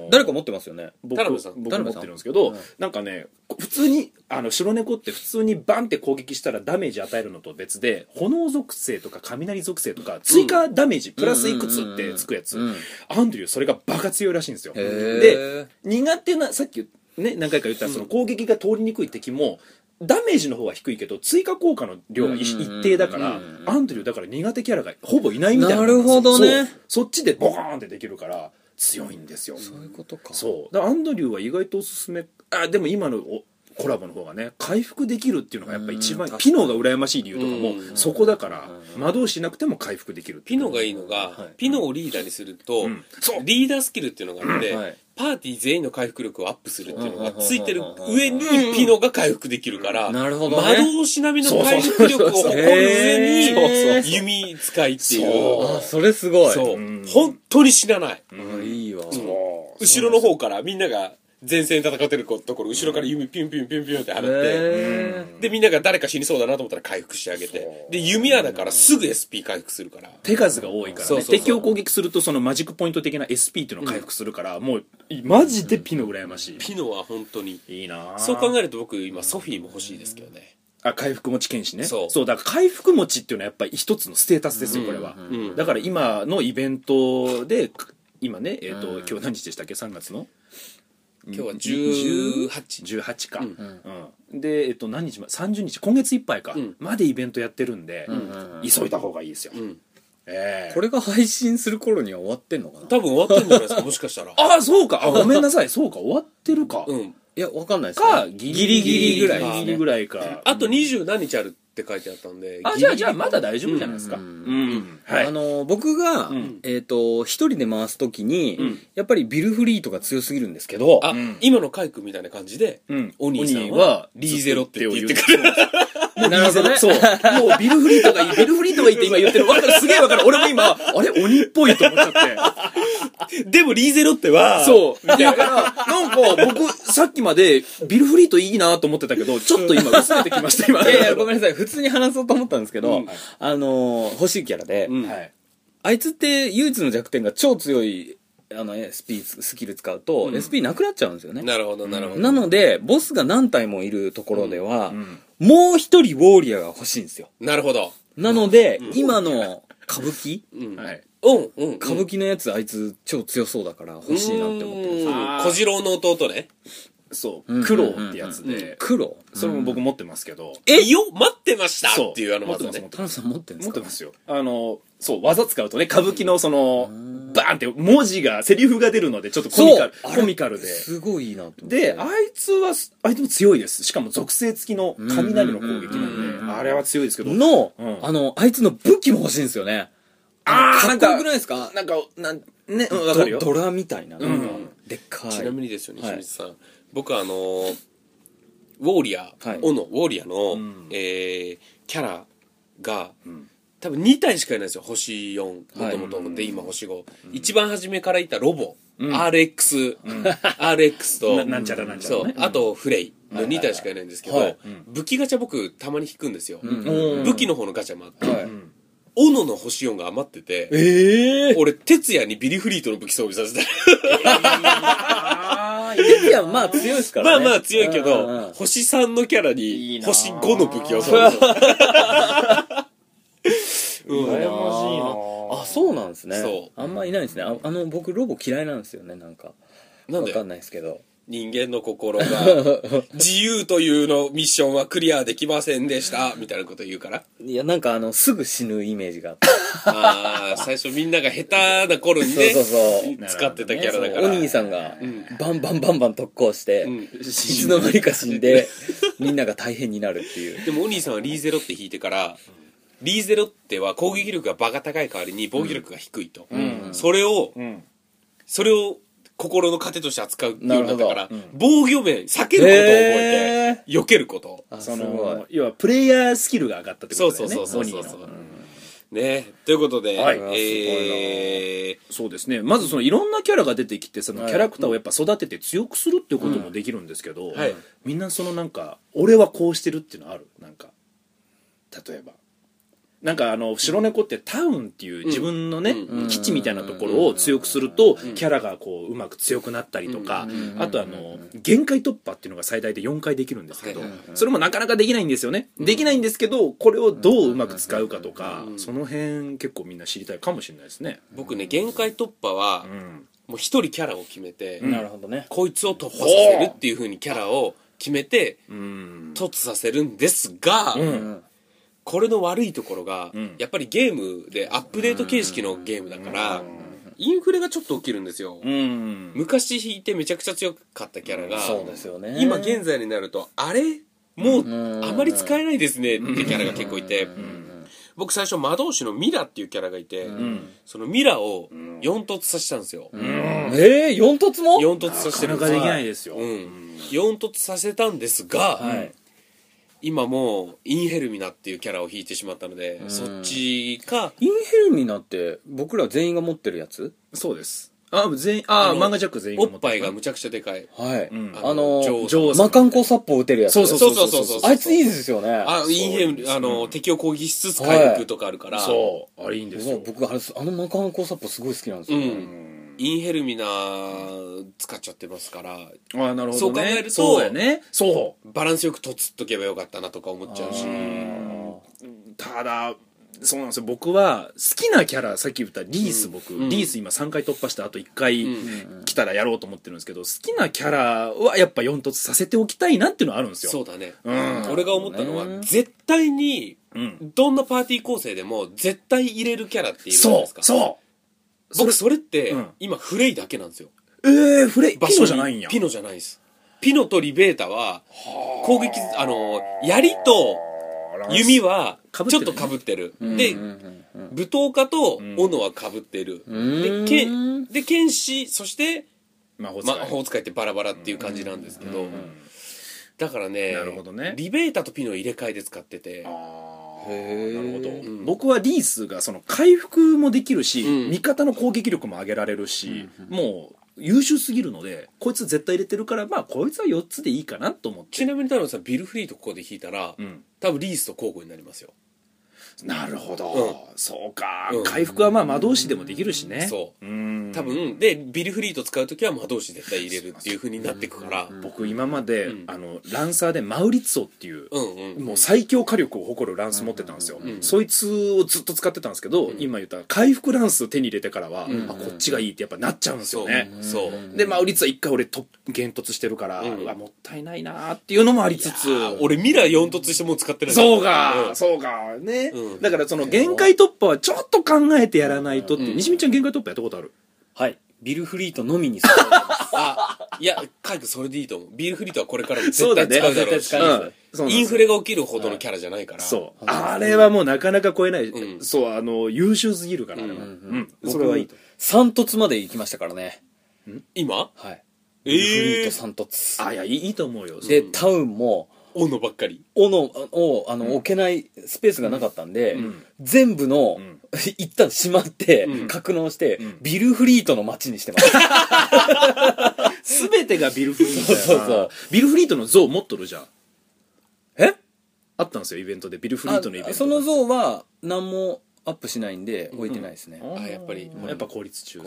B: え。誰か持ってますよね。
C: 僕
A: 田辺さん
B: 田
C: 僕持
B: 辺
C: っ
B: さん
C: てるんですけど、
B: はい
C: なんかね普通にあの白猫って普通にバンって攻撃したらダメージ与えるのと別で炎属性とか雷属性とか追加ダメージプラスいくつってつくやつ、
B: うんうんうんうん
C: アンドリューそれがバカ強いらしいんですよ
B: へー
C: で苦手なさっきね何回か言ったその攻撃が通りにくい敵もダメージの方は低いけど追加効果の量がい
B: うんうんうんうん
C: 一定だからアンドリューだから苦手キャラがほぼいないみたいな
B: なるほどね
C: そうそっちでボカーンってできるから強いんですよ
B: そういうことか。
C: そうだからアンドリューは意外とおすすめあでも今のおコラボの方がね回復できるっていうのがやっぱ一番
B: うん
C: ピノが羨ましい理由とか
A: う
C: も
A: ん
C: そこだから魔導しなくても回復できる
A: ピノがいいのが、
B: はい
A: ピノをリーダーにすると、
C: うんそう
A: リーダースキルっていうのがあって、
B: うんはい
A: パーティー全員の回復力をアップするっていうのが
B: うん
A: ついてる上にピノが回復できるから、
B: なるほどね
A: 魔導士並みの回復力を誇る
B: そうそうそうそうへ
A: 上
B: ー
A: に弓使いっていう
C: そ
B: あ、それすごい。
A: そう
C: うん
A: 本当に死なない、
B: あいいわ。
C: そう
A: 後ろの方からみんなが前線戦ってるところ後ろから弓ピュンピュンピュンピュンって放って、
B: へー
A: でみんなが誰か死にそうだなと思ったら回復してあげてで弓矢だからすぐ SP 回復するから
C: 手数が多いから、ね、
A: そうそうそう
C: 敵を攻撃するとそのマジックポイント的な SP っていうのを回復するから、もうマジでピノ羨ましい、
A: ピノは本当に
C: いいな
A: そう考
C: え
A: えると僕今ソフィーも欲しいですけどね
C: あ回復持ち剣士ね
A: そう
C: だから回復持ちっていうのはやっぱり一つのステータスですよこれは、
A: うん
C: だから今のイベントでか今ねえっ、と、今日何日でしたっけ3月の
A: 今日は18
C: 18か、
A: う
C: うんで、えっと、何日ま30日今月いっぱいか、
A: ん
C: までイベントやってるんで、
B: ん
C: 急いだ方がいいですよ、
A: うん
C: ええ
B: これが配信する頃には終わってんのかな
A: 多分終わってんじゃないですかもしかしたら
C: ああそうかあごめんなさいそうか終わってるか、
A: うん
B: いや、わかんないですね。
C: かギリ
B: ギリぐらいですね
C: ギリギリぐらいか
A: あと二十何日あるって書いてあったんでギ
C: あ
A: リ
C: じゃあじゃあまだ大丈夫じゃないですか
B: う
C: うんん、
B: あの僕が、
C: ん
B: えっ、と一人で回すときに、
C: ん
B: やっぱりビルフリーとか強すぎるんですけど
A: あ
C: うん
A: 今のカイ君みたいな感じで
C: うん
A: お兄さんはリーゼロって言ってく
C: る
B: なるほどね
C: そうもうビルフリートがいいビルフリートがいいって今言ってるわかるすげえわかる俺も 今あれ鬼っぽいと思っちゃって
A: でもリーゼロっては
C: そうだからなんか僕さっきまでビルフリートいいなと思ってたけどちょっと今薄れてきました今
B: いやいやごめんなさい普通に話そうと思ったんですけど、
A: うん
B: あのー欲しいキャラで、
A: うん
C: はい
B: あいつって唯一の弱点が超強いあの SP スキル使うと、
A: うん
B: SP なくなっちゃうんですよね
A: なるほどなるほど
B: なのでボスが何体もいるところでは、
C: ん
B: もう一人ウォーリアーが欲しいんですよ
A: なるほど
B: なので、今の歌舞伎
A: うんうん
C: はい
A: うん
B: 歌舞伎のやつあいつ超強そうだから欲しいなって思ってるんです
A: う
B: よ
A: ーん小次郎の弟ね
C: そう苦労ってやつで
B: 黒
C: それも僕持ってますけど
A: えよ待ってました
C: そう
A: っていうあの
C: 持って
A: 技
C: ます持
A: ね
C: って
B: タ
C: ま
B: ナ
C: す
B: さん持ってんで
C: 持
B: す
C: って
B: か
C: ますよあのそう技使うとね歌舞伎のそのバーンって文字がセリフが出るのでちょっとコミカル
B: そうあれ
C: コミカルです
B: ごいいいなと思って
C: であいつはあいつも強いですしかも属性付きの雷の攻撃
A: うんうんうんう
C: な
A: んん
C: であれは強いですけど
B: の、
C: うん
B: あの、あいつの武器も欲しいんですよね。
C: あー
B: かっこよくないですか
C: なんかなんねうんわかるよ
B: ドドラみたいな。
C: ん
B: でっかい。
A: ちなみにですよね
B: はい
A: 清水さん僕あのーウォーリア
B: はい
A: 斧ウォーリアの
C: ん
A: えーキャラが
C: ん
A: 多分2体しかいないんですよ星4
B: は
A: も
B: い
A: ともとで今星5一番初めからいたロボ
C: ん
A: RX RX と
C: ななんちゃらなんちゃら
A: そ
C: ね
A: うあとフレイの2体しかいないんですけ
B: は
A: ど
B: い
A: 武器ガチャ僕たまに引くんですよ
B: ん
A: 武器の方のガチャもあって
B: はい
C: ん
A: 斧の星4が余ってて
B: ええ
A: 俺哲也にビリフリートの武器装備させた
C: あー
B: ー。いや、まあ強いですか
A: ま
B: ら
A: あ
B: ね。
A: まあ強いけ
B: うんうん
A: ど、星3のキャラ
C: いい
A: に、
C: なあ
A: 星5の武器をそうそう。 うん
C: 羨ましいな
B: あ、そうなんですね。
A: そう
B: あんまいないですね。ああの、僕、ロボ嫌いなんですよね、なんか。
A: なん
B: わ
A: で
B: かんないですけど。
A: 人間の 心が、自由というのミッションはクリアできませんでした、みたいなこと言うから。
B: いや、なんかあの、すぐ死ぬイメージがあって。
A: ああ、最初みんなが下手な頃にね
B: そう、そうそう。
A: 使ってたキャラだか
B: お
A: ら。
B: 兄さんが、バンバンバンバン特攻して、
A: うん
B: いつの間にか死んで、みんなが大変になるっていう。
A: でもお兄さんはリーゼロって引いてから、リーゼロっては攻撃力がバカ高い代わりに防御力が低いと。それを、
C: うん
A: それを心の糧として扱うようになったから、
B: なるほどうん
A: 防御面避けることを覚え
B: へ
A: て避けること
B: あ、す
C: そ
B: ごい
C: の。要はプレイヤースキルが上がったって
A: そ
C: こと
A: う
C: だ
A: そ
C: よ
A: う
C: ね
A: そうそうそう
C: 鬼の
A: ねということで、
C: はい
A: えー
C: そうですねまずそのいろんなキャラが出てきてその
B: はい
C: キャラクターをやっぱ育てて強くするっていうこともできるんですけど、
A: はい
C: みんなそのなんか俺はこうしてるっていうのあるなんか例えばなんかあの白猫ってタウンっていう自分のね、
A: うん
C: 基地みたいなところを強くするとキャラがこううまく強くなったりとか、あとあの限界突破っていうのが最大で4回できるんですけど、
A: はい
C: それもなかなかできないんですよね、できないんですけどこれをどううまく使うかとか、その辺結構みんな知りたいかもしれないですね。
A: 僕ね限界突破は、
C: うん
A: もう一人キャラを決めて、
B: なるほどね。
A: こいつを突破させるっていうふうにキャラを決めて
C: うん
A: 突破させるんですが、
C: うん
A: これの悪いところが、
C: ん
A: やっぱりゲームでアップデート形式のゲームだから、インフレがちょっと起きるんですよ、
C: うん
A: 昔引いてめちゃくちゃ強かったキャラが、
B: そうですよね。
A: 今現在になるとあれも
B: う
A: うんあまり使えないですねってキャラが結構いて
B: ん
A: 僕最初魔導士のミラっていうキャラがいて
C: ん
A: そのミラを4突させたんですよ
B: えー、4突も
A: 4突させてる
C: なかなかできないですよ
A: うん、4突させたんですが、
B: はい
A: 今もうインヘルミナっていうキャラを引いてしまったのでそっちか
B: インヘルミナって、僕ら全員が持ってるやつ
C: そうですあ全員あ
A: あの
C: 漫画ジャック全員
A: お
C: が持
A: っ
C: って
A: ぱ
C: る
A: いがむちゃくちゃでかい
B: はい。
C: ん
B: あの
A: ジョー
B: ー、
A: ジョー
B: 魔漢光殺法打てるやつ。
C: そうそう
A: そうそうそうそう
B: あいついいですよね。
A: あインヘルミナあの敵を攻撃しつつ回復とかあるから、
C: そうあれいいんです
B: そう
C: よ
B: 僕あれすあの魔漢光殺法すごい好きなんです
A: う
B: よ、
A: ん、インヘルミナ使っちゃってますから
C: あなる
A: そう考えると
C: そうやねそ
A: バランスよくとつっとけばよかったなとか思っちゃうし
C: うただそうなんですよ僕は好きなキャラさっき言ったリース僕、
A: ん
C: リース今3回突破したあと1回
A: う
C: 来たらやろうと思ってるんですけど好きなキャラはやっぱ4突させておきたいなっていうのはあるんですよ
A: そうだね、
C: うん
A: 俺が思ったのは、
B: うん
A: 絶対に
C: うん
A: どんなパーティー構成でも絶対入れるキャラっているじゃない
C: そ
A: ですか
C: うそ
A: 僕それって、
C: うん
A: 今フレイだけなんですよ
C: うええー、フレイ
A: 場
C: ピ
A: 所
C: ノ
A: に
C: じゃないんや
A: ピノじゃないですピノとリベータは攻撃あの槍と弓は
C: 被って
A: ちょ
C: る
A: っ
C: ね
A: とかぶってる
B: うん
A: で、
B: うんうん
A: 舞踏家と斧はかぶってる、
B: うん
A: でけ
B: うーん
A: で剣士そして
C: 魔法使
A: ま
C: い、
A: あ、法使いってバラバラっていう感じなんですけど、だからね
C: なるほどね
A: リベータとピノを入れ替えで使ってて
B: へえ
C: なるほど、
A: ん
C: 僕はリースがその回復もできるし、
A: うん
C: 味方の攻撃力も上げられるし、もう優秀すぎるのでこいつ絶対入れてるからまあこいつは4つでいいかなと思って、
A: ちなみに太郎さんビルフリーとここで引いたら、
C: うん
A: 多分リースと交互になりますよ
C: なるほど、
A: うん
C: そうか、
A: うん
C: 回復はまあ魔導士でもできるしね
A: そう
C: うん
A: 多分でビルフリート使う時は魔導士絶対入れるっていう風になってくから
C: 僕今まで、
A: うん
C: あのランサーでマウリッツォっていう、
A: うんうん
C: もう最強火力を誇るランス持ってたんですよ、
A: ん
C: そいつをずっと使ってたんですけど、今言った回復ランス手に入れてからは、
A: ん
C: あこっちがいいってやっぱなっちゃうんです
A: そ
C: よ
A: う
C: ね、
A: そう
C: でマウリッツォは一回俺と減突してるから、
A: うん
C: うわもったいないなーっていうのもありつつ
A: 俺ミラー4突してもう使ってない
C: そうか、
A: ん
C: そうかね、
A: うん
C: だからその限界突破はちょっと考えてやらないとって、
A: うん
C: 西見ちゃん限界突破やったことある
B: はい。ビルフリートのみにする。
A: あいやカイ君それでいいと思うビルフリートはこれからも絶対使
C: そう
A: だろう
B: 絶
A: し
B: 対使うん
C: そうなんです
A: インフレが起きるほどのキャラじゃないから
C: そうあれはもうなかなか超えない、
A: うん
C: そうあの優秀すぎるからあれは、
A: うん
C: うん それはいいと
B: 三突まで行きましたからね。
A: 今
B: はい。
A: え
B: ビ
A: ー
B: ルフリート三突。
C: あいやいいいいと思うよ
B: で、タウンも、
A: 斧ばっかり
B: 斧を、あの、置けないスペースがなかったんで、
C: ん
B: 全部の、
C: ん
B: 一旦閉まって、
A: うん
B: 格納して、
C: ん
B: ビルフリートの街にして ます。
C: 全てがビルフリートやな
B: そうそうそう
C: ビルフリートの像持っとるじゃん
B: え
C: あったんですよイベントでビルフリートのイベント
B: あその像は、何もアップしないんで、置いてないですね。
A: あやっぱり
C: やっぱ効率中、うん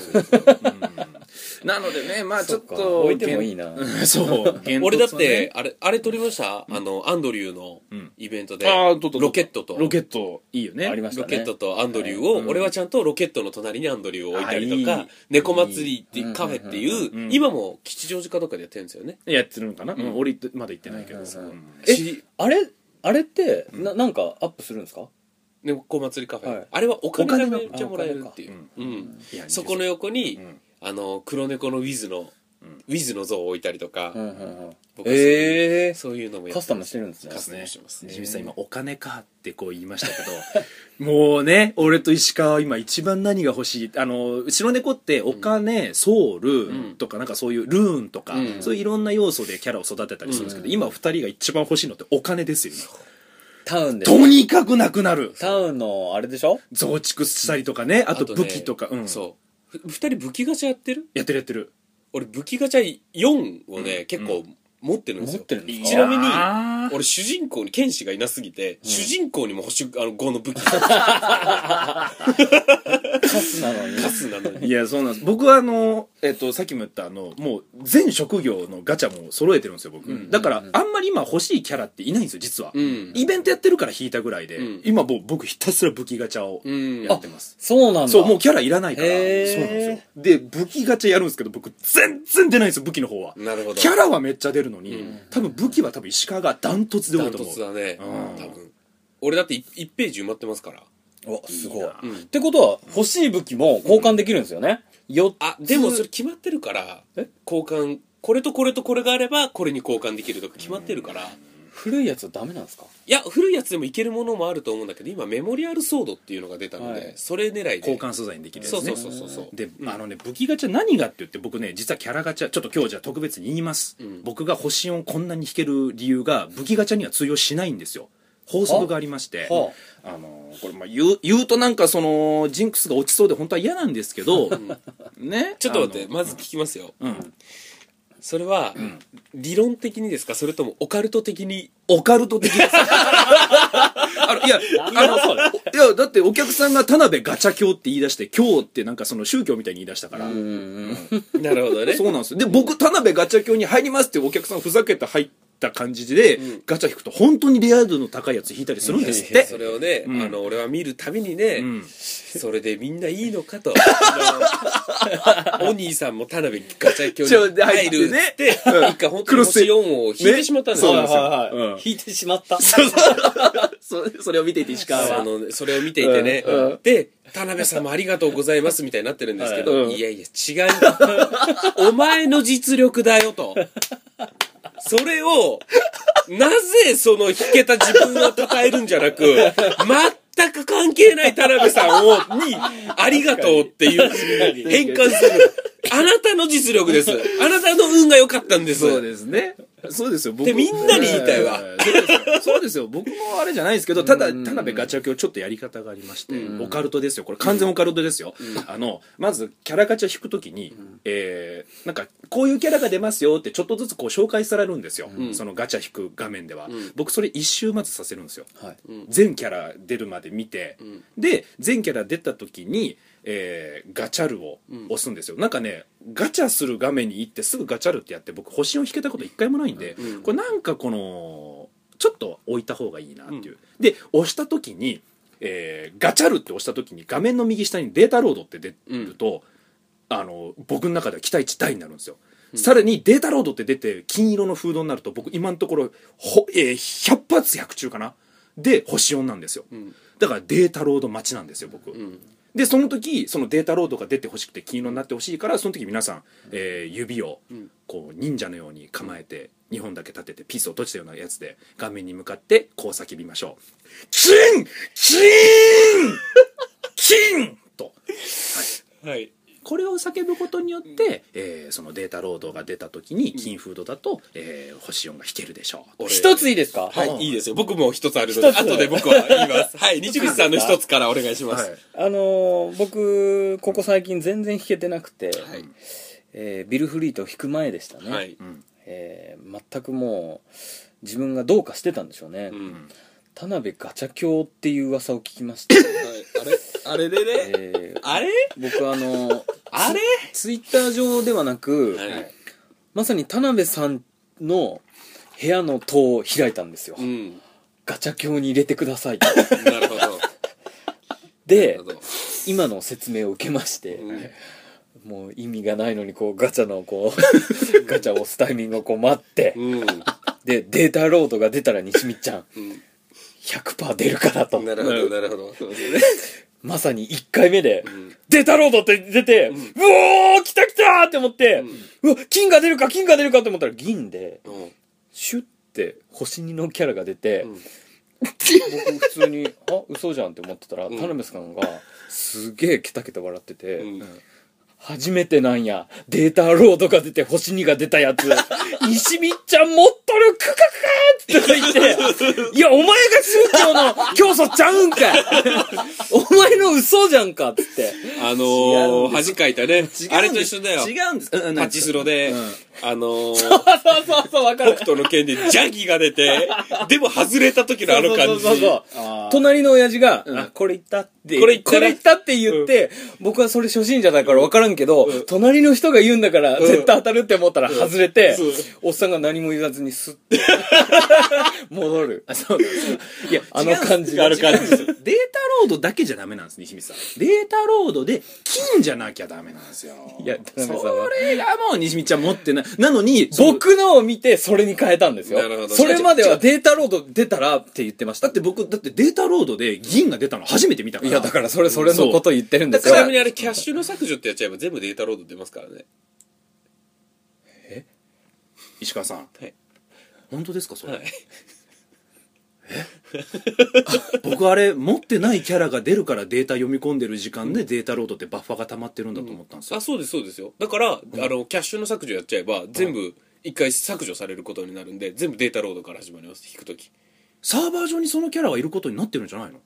C: なのでねまあちょっ
B: そっか
C: と
B: 置いてもいいな
C: そう
A: 俺だってあれあれ撮りましたあのアンドリューの
C: ん
A: イベントで
C: ああどうぞどうぞ
A: ロケットと
C: ロケットいいよね
B: ありました
A: ロ
B: ね。
A: ケットとアンドリューを、俺はちゃんとロケットの隣にアンドリューを置いたりと
B: あい
A: か
B: い、
A: 猫祭りっていうカフェって
C: うんうんう
A: い
C: ん
A: う、今も吉祥寺かどっかでやってるんですよね。
C: やってるのかな、うん俺まだ行ってないけどさ、
B: うん
C: うん
B: え
A: し、
B: あれ、あれって、な、なんかアップするんですか
A: 猫祭りカフェ、
B: はい
A: あれはお
B: お金
A: 金
B: が
A: がめっちゃもらえるっていう。
C: う
A: うん
C: いや
A: そこの横に、
C: ん
A: あの、黒猫のウィズの、ウィズの像を置いたりとか、
B: うんうんうん
A: 僕はそう
B: ええ
A: そういうのもや
B: カスタムして
A: る。
B: るんですね
A: カスタム
C: ね
A: してます
C: 西光さん今お金かってこう言いましたけど もうね俺と石川は今一番何が欲しいあの白猫ってお金、ソウルとかなんかそういうルーンとか、
A: うん
C: そういういろんな要素でキャラを育てたりするんですけど、今二人が一番欲しいのってお金ですよ今
B: タウンで
C: とにかくなくなる
B: タウンのあれでしょ
C: 増築したりとかねあと
A: ね
C: 武器とかうん
A: そう。ふ二人武器ガチャやってる
C: やってるやってる
A: 俺武器ガチャ4をね、結構持ってるんです
B: 持
A: よ。
B: ってるんです
A: ち
B: か
A: なみに
C: あー
A: 俺主人公に剣士がいなすぎて、主人公にも星あの5の武器
B: カスなのに
A: カスなのに
C: いやそうなんです僕はあの、えっと、さっきも言ったあのもう全職業のガチャも揃えてるんですよ僕、だからあんまり今欲しいキャラっていないんですよ実は、
A: ん
C: イベントやってるから引いたぐらいで、
A: うん
C: 今もう僕ひたすら武器ガチャを
A: うん
C: やってます、
B: そうなんだ
C: そうもうキャラいらないから
B: へ
C: そうなん
B: ー
C: ですよで武器ガチャやるんですけど僕全然出ないんですよ武器の方は
A: なるほど
C: キャラはめっちゃ出るのに、多分武器は多分石川がダントツで多
A: ダ
C: い
A: ン
C: と
A: ト
C: 思
A: ツ
C: う
A: だね
C: うん
A: 多分俺だって 1, ページ埋まってますから
B: うわすごい
C: いいな
B: うんってことは欲しい武器も交換できるんですよねよ
A: あでもそれ決まってるから
B: え
A: 交換これとこれとこれがあればこれに交換できるとか決まってるから
B: 古いやつはダメなんですか
A: いや古いやつでもいけるものもあると思うんだけど今メモリアルソードっていうのが出たので、
B: はい
A: それ狙いで
C: 交換素材にできるやつ
A: そ
C: ね
A: うそうそうそうそう
C: で、あのね武器ガチャ何がって言って僕ね実はキャラガチャちょっと今日じゃあ特別に言います、
A: ん
C: 僕が星をこんなに引ける理由が武器ガチャには通用しないんですよ法則がありまして
B: は
C: あのこれまあ言う言うとなんかそのジンクスが落ちそうで本当は嫌なんですけど、ね
A: ちょっと待って
C: あの
A: まず聞きますよ、
C: うん
A: それは、理論的にですかそれともオカルト的に
C: オカルト的です あのいやあのいやだってお客さんが田辺ガチャ教って言い出して教ってなんかその宗教みたいに言い出したから、
A: なるほどね
C: そうなんですよで僕田辺ガチャ教に入りますってお客さんふざけて入った感じで、ガチャ引くと本当にレア度の高いやつ引いたりするんですっ
A: そ
C: て
A: れをね、あの俺は見るたびにね、
C: ん
A: それでみんないいのか とあのお兄さんも田辺ガチャ教に入るっつって
C: ちょ入ってね
A: 一回本当に星4を引いてしまったんですよ、
C: ねそうなんですよはいはいはい
B: 引いてしまった
C: そそれを見ていて石川
A: あのそれを見ていてね、
C: うん
A: で田辺様ありがとうございますみたいになってるんですけど、
C: はいうん
A: いやいや違うお前の実力だよとそれをなぜその引けた自分を称えるんじゃなく全く関係ない田辺さんをにありがとうっていう変換するあなたの実力ですあなたらの運が良かったんです
C: そうですね。そうですよ、僕
A: でみんなに言いたいわ
C: ええそうですよそうですよ、僕もあれじゃないですけど、ただ、田辺ガチャ教ちょっとやり方がありまして、オカルトですよ、これ完全オカルトですよ。あの、まず、キャラガチャ引くときに、えーなんか、こういうキャラが出ますよって、ちょっとずつこう紹介されるんですよ。そのガチャ引く画面では。僕、それ一周まずさせるんですよ。
B: はい
C: 全キャラ出るまで見て、で全キャラ出た時に、えーガチャルを押すんですよ、なんかねガチャする画面に行ってすぐガチャルってやって僕星を引けたこと一回もないんで、これなんかこのちょっと置いた方がいいなっていう、で押した時に、えーガチャルって押した時に画面の右下にデータロードって出ると、あの僕の中では期待値大になるんですよ、さらにデータロードって出て金色のフードになると僕今のところほ、えー100発100中かなで星4なんですよ、だからデータロード待ちなんですよ僕、でその時そのデータロードが出てほしくて金色になってほしいからその時皆さん、えー指をこう忍者のように構えて2本だけ立ててピースを閉じたようなやつで画面に向かってこう叫びましょう「キンキンキン!」と。
A: はい
C: これを叫ぶことによって、えーそのデータロードが出た時に金フードだと、えー星4が引けるでしょう
B: 一ついいですか
A: は
C: あ
A: い、いいですよ。僕も一つあるので、後で僕は言います。はい、西口さんの一つからお願いします。
C: はい
B: あのー僕、ここ最近全然弾けてなくて、
A: い
B: えービル・フリートを弾く前でしたね、
A: はい。
C: うん
B: えー全くもう自分がどうかしてたんでしょうね、
A: うん。
B: 田辺ガチャ教っていう噂を聞きました、
A: あれ、あれでね、
B: えー
A: あれ
B: 僕あのー
A: あれ
B: ツイッター上ではなく、
A: はい
B: まさに田辺さんの部屋の戸を開いたんですよ、
A: うん。
B: ガチャ教に入れてくださいと
A: なるほど。な
B: で
A: るほど
B: 今の説明を受けまして、
A: うん
B: もう意味がないのにこうガチャのこう ガチャを押すタイミングをこう待って、
A: うん。
B: でデータロードが出たら西見ちゃん
A: うん
B: 100%出るからと
A: なるほど、なるほど。そうですね。
B: まさに1回目で、
A: ん
B: データロードって出て、うおー来た来たーって思って、うわ金が出るか金が出るかって思ったら銀で
A: うん
B: シュッて星2のキャラが出て、
A: うん
B: 僕普通に「あ嘘じゃん」って思ってたら、
A: ん
B: 田辺さんがすげえケタケタ笑ってて、
A: うん
B: 初めてなんやデータロードが出て星2が出たや つ西見ちゃん持っとるクカクカって言って「いやお前が宗教の教祖ちゃうんかい お前の嘘じゃんか」っつって
A: あ
C: 違
A: の
C: うん
A: ー、恥かいたね。あれと一緒だよ。
C: 違うんです。うんうん
A: パチスロで、
C: うん
A: あのー、
B: そうそうそうそうわか
A: 北
B: る
A: 斗の剣でジャギが出て、でも外れた時のあの感じ。
B: そうそうそう
C: あー
B: 隣の親父が、
C: ん
B: あ、これいったって、
A: これいったね
B: いったって言って、僕はそれ初心者だから分からんけど、隣の人が言うんだから、
A: ん
B: 絶対当たるって思ったら外れて、
A: うん
B: おっさんが何も言わずにスッ て、戻る。
C: あそうなんですいや、
B: あの感じ
C: 違うんです
A: あの感じ
C: 違うんですデータロードだけじゃダメなんです、西見さん。データロードで金じゃなきゃダメなんですよ。
B: いや田辺さんは
C: それがもう西見ちゃん持ってない。なのに、その
B: 僕のを見て、それに変えたんですよ
A: なるほ。ど
B: それまではデータロード出たらって言ってました。
C: だって僕、だってデータロードで銀が出たの初めて見たから。
B: いや、だからそれ、それのこと言ってるんです
A: ち
B: よ。
A: なみにあれ、キャッシュの削除ってやっちゃえば全部データロード出ますからね。
C: 石川さん。
A: はい
C: 本当ですか、それ。
A: はい。
C: 僕あれ、持ってないキャラが出るからデータ読み込んでる時間でデータロードってバッファが溜まってるんだと思ったんですよ。
A: あそうですそうですよだから、あのキャッシュの削除やっちゃえば全部一回削除されることになるんで全部データロードから始まります引くとき
C: サーバー上にそのキャラがいることになってるんじゃないの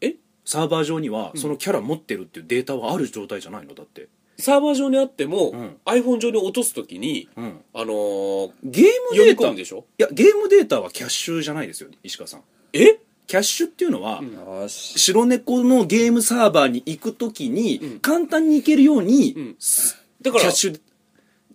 A: え
C: サーバー上にはそのキャラ持ってるっていうデータはある状態じゃないのだって、
A: サーバー上にあっても、
C: ん
A: iPhone 上に落とすときに、
C: ん
A: あのー
C: ゲームデー
A: 読
C: タ
A: み込むでしょ
C: いやゲームデータはキャッシュじゃないですよ石川さん
A: え
C: キャッシュっていうのは、
B: よし。
C: 白猫のゲームサーバーに行くときに簡単に行けるように、
A: ん
C: す
A: だ
C: キ
A: か
C: ャ
A: ら
C: ッシュ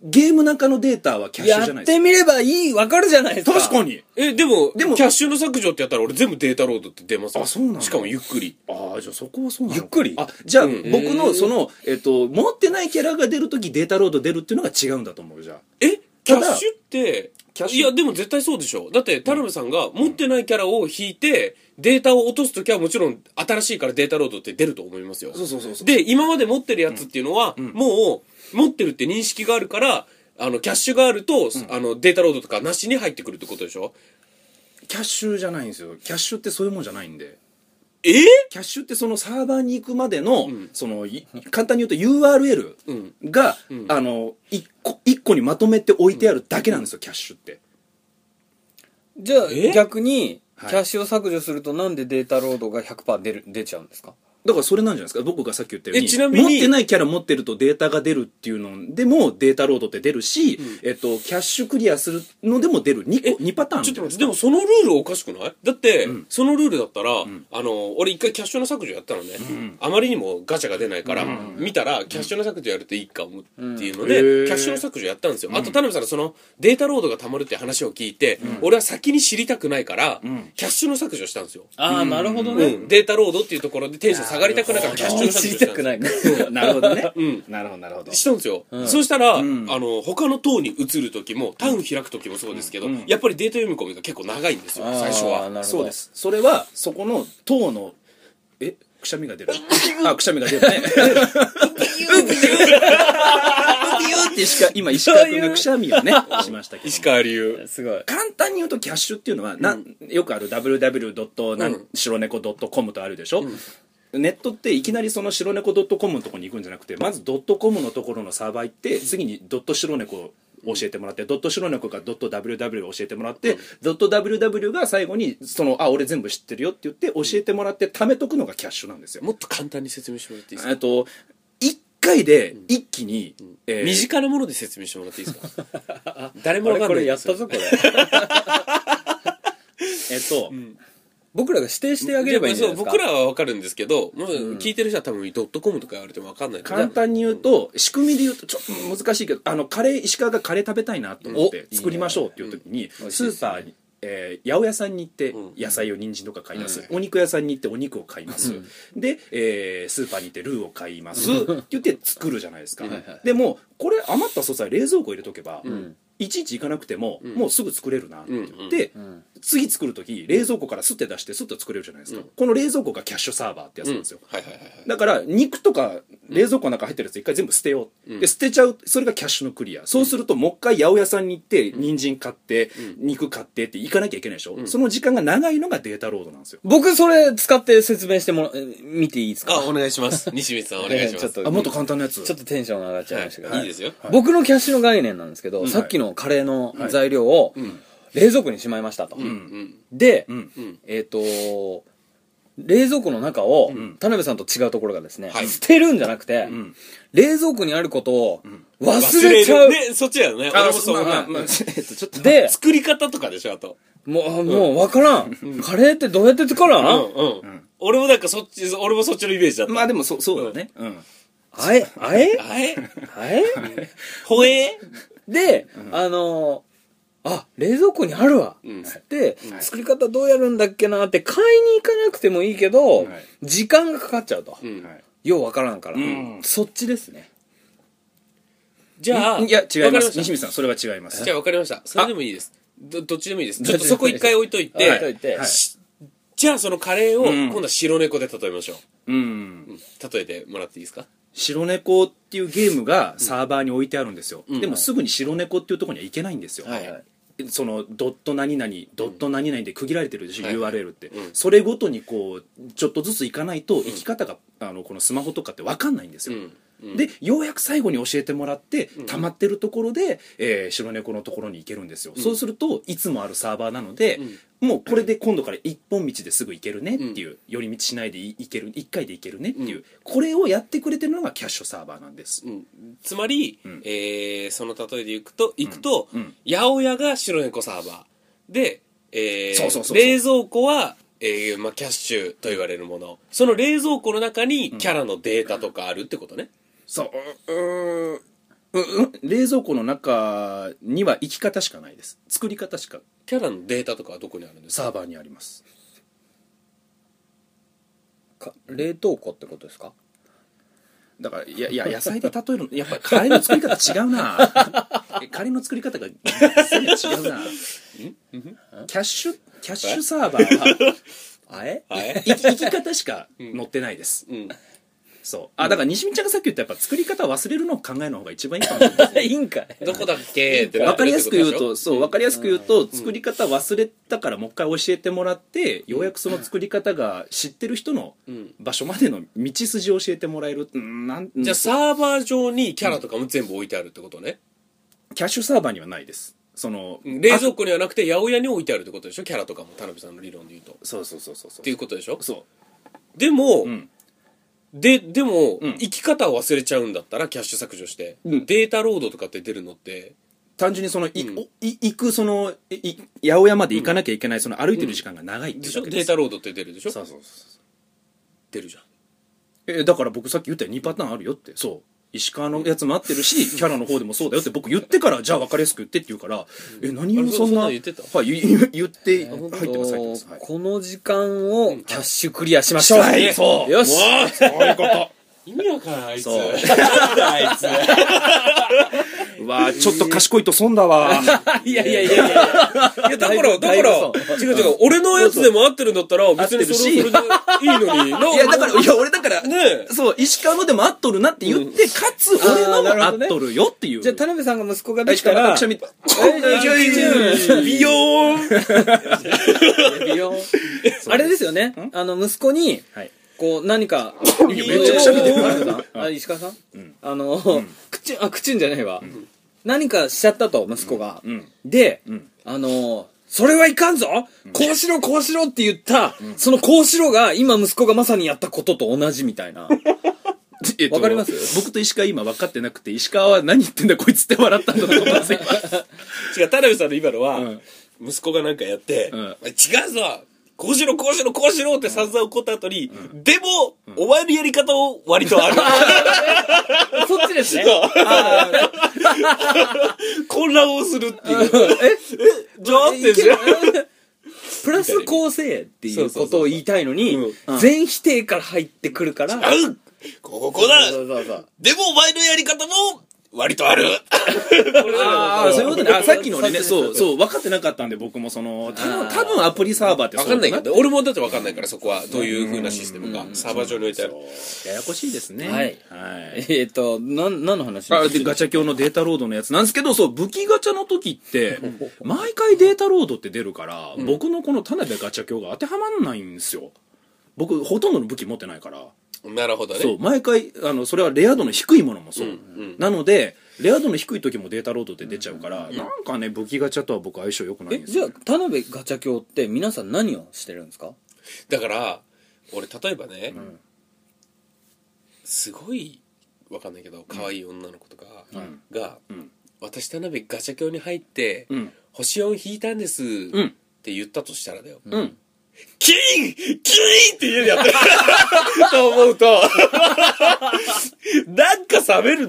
C: ゲーム中のデータはキャッシュ
B: や
C: じゃな
B: っ
C: いで
B: てみればいい、わかるじゃないです
C: す
B: か。
C: 確かに
A: えでも
C: でも
A: キャッシュの削除ってやったら俺全部データロードって出ますよ
C: あそうなんだ
A: しかもゆっくり
C: ああじゃあそこはそうなの
B: ゆっくり
C: あじゃあ
A: うん
C: 僕のその、えっと持ってないキャラが出るときデータロード出るっていうのが違うんだと思うじゃあ
A: えキャ
C: た
A: ッ
C: だ
A: シュって
C: キャッシュ
A: いやでも絶対そうでしょだって田辺さんが持ってないキャラを引いてデータを落とすときはもちろん新しいからデータロードって出ると思いますよ
C: そうそうそうそう
A: で今まで持ってるやつっていうのは、もう持ってるって認識があるからあのキャッシュがあると、あのデータロードとかなしに入ってくるってことでしょ
C: キャッシュじゃないんですよキャッシュってそういうもんじゃないんで
A: ええ
C: キャッシュってそのサーバーに行くまでの、
A: ん
C: そのい簡単に言うと URL
A: うん
C: が、
A: ん
C: あの一個一個にまとめて置いてあるだけなんですよ、キャッシュって
B: じゃ
A: え
B: あ逆にキ
C: はい
B: ャッシュを削除するとなんでデータロードが100%出る出ちゃうんですか
C: だからそれなんじゃないですか僕がさっき言ったように
A: えちなみに
C: 持ってないキャラ持ってるとデータが出るっていうのでもデータロードって出るし、えっと、キャッシュクリアするのでも出る 2, 個二パターン
A: ちょっと
C: み
A: 待
C: た
A: って
C: いな
A: でもそのルールおかしくないだって、そのルールだったら、あの俺一回キャッシュの削除やったのね、あまりにもガチャが出ないから、見たらキャッシュの削除やるといいかもっていうので、
C: うんへー
A: キャッシュの削除やったんですよ、あと田辺さんのそのデータロードがたまるって話を聞いて、俺は先に知りたくないから、キャッシュの削除したんですよ、
B: ああなるほど
A: うん、データロードっていうところでテンション下がりたくないからキャッシュの削
B: 知
A: 除
B: り
A: した
B: た
A: んです
B: く
A: よ
B: ない
C: なるほどね、
A: ん
C: なるほどなるほど
A: したんですよ、そうしたら、
C: ん
A: あの他の塔に移る時もタウン開く時もそうですけど、
C: うん
A: やっぱりデータ読み込みが結構長いんですよ
B: あー
A: 最初
B: な
A: は
B: るほど
C: そうですそれはそこの塔のえくしゃみが出るあくしゃみが出るねビューってしか今石川君がくしゃみをねしましたけど
A: 石川流
B: すごい
C: 簡単に言うとキャッシュっていうのは、なよくある www. なん、白猫 .com とあるでしょ、ネットっていきなりその白猫 .com のところに行くんじゃなくてまず .com のところのサーバー行って次にドット白猫を教えてもらって、ドット白猫かドット WW を教えてもらって、ドット WW が最後にそのあ俺全部知ってるよって言って教えてもらって貯めとくのがキャッシュなんですよ、
A: もっと簡単に説明してもらっていいです
C: えっ
A: か
C: と1回で一気に、えー
A: 身近なもので説明してもらっていいですか 誰も
B: これ
A: わかん
B: こ
A: ない
B: れや
A: で
B: っ
A: す
B: たぞ これ
C: えっと、
B: 僕らが指定してあげればいいんじゃないですか
A: そう僕らはわかるんですけど、もう聞いてる人は多分ドットコムとか言われてもわかんないから
C: 簡単に言うと、仕組みで言うとちょっと難しいけどあのカレー石川がカレー食べたいなと思っ
B: うん
C: て
B: お
C: 作りましょうっていう時に
B: うん
C: スーパーに、えー八百屋さんに行って
A: うん
C: 野菜を人参とか買います、お肉屋さんに行ってお肉を買います、で、えースーパーに行ってルーを買いますって言って作るじゃないですか
B: はいはい
C: でもこれ余った素材冷蔵庫入れとけば、
B: ん
C: いちいち行かなくても、
A: ん
C: もうすぐ作れるなって言って、
B: うん
C: 次作る時冷蔵庫からスッて出してスッと作れるじゃないですか、
A: うん
C: この冷蔵庫がキャッシュサーバーってやつなんですよ、
A: うんはいはいはいはい
C: だから肉とか冷蔵庫の中入ってるやつ一回全部捨てよう、
A: うん
C: で捨てちゃうそれがキャッシュのクリアそうするともう一回八百屋さんに行って人参買って、肉買ってって行かなきゃいけないでしょ、
A: ん
C: その時間が長いのがデータロードなんですよ
B: 僕それ使って説明してもらえ見ていいですか
A: あお願いします西光さんお願いし ます
B: ねちょっ
C: あもっと簡単なやつ
B: ちょっとテンション上がっちゃいましたけど、
A: はいいいですよ
B: 僕のキャッシュの概念なんですけど、さっきのカレーの材料を冷蔵庫にしまいましたと、
A: うん
B: で、
C: うん
A: うん
B: えっ、と冷蔵庫の中を、田辺さんと違うところがですね、捨てるんじゃなくて、
C: ん
B: 冷蔵庫にあることを忘れちゃう、
A: 忘れるねそっちやよね俺もそう
C: まあま
A: 思
C: あまあえっとちょっと
B: で
A: 作り方とかでしょあと
B: もうあもう分からん、カレーってどうやって作ら、
A: うんんうん俺もなんかそっち俺もそっちのイメージだった
C: まあでもそうそうだねうん、
B: あえあえ
A: あえ
B: あえ
A: ほえ
B: で、あのーあ冷蔵庫にあるわ、
A: うん
B: つって、
C: はい
B: 作り方どうやるんだっけなって買いに行かなくてもいいけど、
C: はい
B: 時間がかかっちゃうと、
A: うん
C: はい
B: ようわからんから、
C: ん
B: そっちですね
A: じゃあ
C: いや違います西
A: 西
C: 光さんそれは違います
A: じゃあ分かりましたそれでもいいですどどっちでもいいですちょっ
B: どっちでもい
A: と
B: いです
A: そこ一回置いとい
B: 置いと
A: て
B: いて、
C: はい
A: しじゃあそのカレーを
C: うん
A: 今度は白猫で例えましょう
C: うん
A: 例えてもらっていいですか
C: 白猫っていうゲームがサーバーに置いてあるんですよ、
A: ん
C: でもすぐに白猫っていうところには行けないんですよ、
B: はいはい
C: そのドット何々ドット何々で区切られてるでしょ、
A: はい
C: URL って、
A: うん
C: それごとにこうちょっとずつ行かないと生き方が、あのこのスマホとかって分かんないんですよ、
A: うん
C: でようやく最後に教えてもらって、
A: ん
C: 溜まってるところで、えー白猫のところに行けるんですよ、そうするといつもあるサーバーなので、もうこれで今度から一本道ですぐ行けるねっていう、寄り道しないでい行ける一回で行けるねっていう、
A: う
C: これをやってくれてるのがキャッシュサーバーなんです、
A: うんつまり、
C: ん
A: えーその例えでいくといくと、
C: うん
A: 八百屋が白猫サーバーで、えー
C: そうそうそうそう
A: 冷蔵庫は、えーまあ、キャッシュと言われるものその冷蔵庫の中にキャラのデータとかあるってことね、
C: そううううん冷蔵庫の中には生き方しかないです作り方しか
A: キャラのデータとかはどこにあるんですか
C: サーバーにあります
B: か冷凍庫ってことですか
C: だからいやいや野菜で例えるのやっぱりカレーの作り方違うなえカレーの作り方が違うなキャッシュキャッシュサーバーは
B: あえ
A: はい
C: 生き生き方しか載ってないです
A: うん
C: そうあだから西見ちゃんがさっき言ったやっぱ作り方忘れるのを考えるの方が一番いいかもしれない
B: いいんかい
A: どこだっけってな
C: わ
A: って
C: か
A: る
C: り
A: っ
C: や
A: て
C: す
A: こ
C: く
A: で
C: 言
A: し
C: う
A: ょ
C: とそうわかりやすく言うと作り方忘れたからもう一回教えてもらってようやくその作り方が知ってる人の
A: ん
C: 場所までの道筋を教えてもらえるうんなん
A: じゃあサーバー上にキャラとかも全部置いてあるってことね、
C: キャッシュサーバーにはないですその
A: 冷蔵庫にはなくて八百屋に置いてあるってことでしょキャラとかも田辺さんの理論で言うとっ
C: そうそうそうそうそう
A: ていうことでしょ
C: そ
A: でも、
C: ううん
A: ででも、
C: ん
A: 生き方を忘れちゃうんだったらキャッシュ削除して、
C: うん
A: データロードとかって出るのって
C: 単純にそのい
A: うん
C: おい行くそのいい八百屋まで行かなきゃいけないその歩いてる時間が長いって
A: で
C: いう
A: しょ
C: だけ
A: デ
C: で
A: ー
C: す
A: タロードって出るでしょ
C: そうそうそうそう
A: 出るじゃん
C: えだから僕さっき言ったように2パターンあるよってそう石川のやつも合ってるしキャラの方でもそうだよって僕言ってからじゃあ分かりやすく言ってって言うからえ何をそんな
A: あれそんなの言ってた
C: はい言言言って入
B: 本
C: っ
B: 当
C: てます入ってますはい
B: この時間をキャッシュクリアしましょう、
C: はいそう
B: よし
C: もうそういうこ
A: 意味わからんあいつ
C: そう
A: あいつ
C: とうわちょっと賢いと損だわ
B: いやいやいやいやいや
A: いやだからだか
B: だいぶ
A: ら
B: そ
A: 違う違う俺のやつでも合ってるんだったら別に
C: 合ってる
A: そ
C: し
A: れはそれでいいのに
C: いやだからいや俺だから
A: ねえ
C: そう石川のでも合っとるなって言ってかつ
B: あー
C: 俺のも
B: なるほ
C: 合
B: ど
C: っ
B: ね
C: とるよっていう
B: じゃあ田辺さんが息子ができ
C: 石
B: た
C: 川
B: ら
C: のくしゃみ
A: ビヨーン
B: 指輪をあれですよねあの息子に
C: はい
B: こう何か
C: めっちゃくしゃみ 出てる
B: ああ石川さん、あの、口あ口んじゃないわ、何かしちゃったと息子が、
C: ん
B: で、
C: ん
B: あのそれはいかんぞ、こうしろこうしろって言った、そのこうしろが今息子がまさにやったことと同じみたいな
C: えっと
B: わかります
C: 僕と石川今分かってなくて石川は何言ってんだこいつって笑ったんだと思いますよ
A: 違う田辺さんの今のは、
C: うん
A: 息子がなんかやって「
C: うん
A: お前違うぞこうしろこうしろこうしろ」って散々怒った後に、でも、お前のやり方を割と ある
B: そっちですね
A: 混乱をするっていう
B: え
A: じゃあ合ってんじゃん
B: プラス構成っていうことを言いたいのに
A: そうそう
B: 全否定から入ってくるから
A: 「合うここだ
B: そうそうそう
A: でもお前のやり方も割とある」
C: ああそういうことねあさっきの俺ね
B: そう
C: そうそう分かってなかったんで僕もその多分多分アプリサーバーって
A: わ
C: 分
A: かんないけど俺もだってわかんないからそこはどういう風なシステムかサーバー上に置いてある
C: ややこしいですね
B: はい
C: はい
B: えっとなん何の話
C: あでガチャ教のデータロードのやつなんですけどそう武器ガチャの時って毎回データロードって出るから、僕のこの田辺ガチャ教が当てはまんないんですよ僕ほとんどの武器持ってないから
A: なるほどね
C: そう毎回あのそれはレア度の低いものもそう、
A: うん
C: なのでレア度の低い時もデータロードって出ちゃうから、なんかね武器ガチャとは僕相性良くない
B: え
C: んです
B: じゃ
C: よ
B: あ田辺ガチャ教って皆さん何をしてるんですか
A: だから俺例えばねすごいわかんないけど可愛い女の子とかが
C: うん
A: 「私田辺ガチャ教に入って
C: うん
A: 星4引いたんです」
C: うん
A: って言ったとしたらだよ
C: うん
A: 「キーンキーン!」って家でやってると思う となんか冷める冷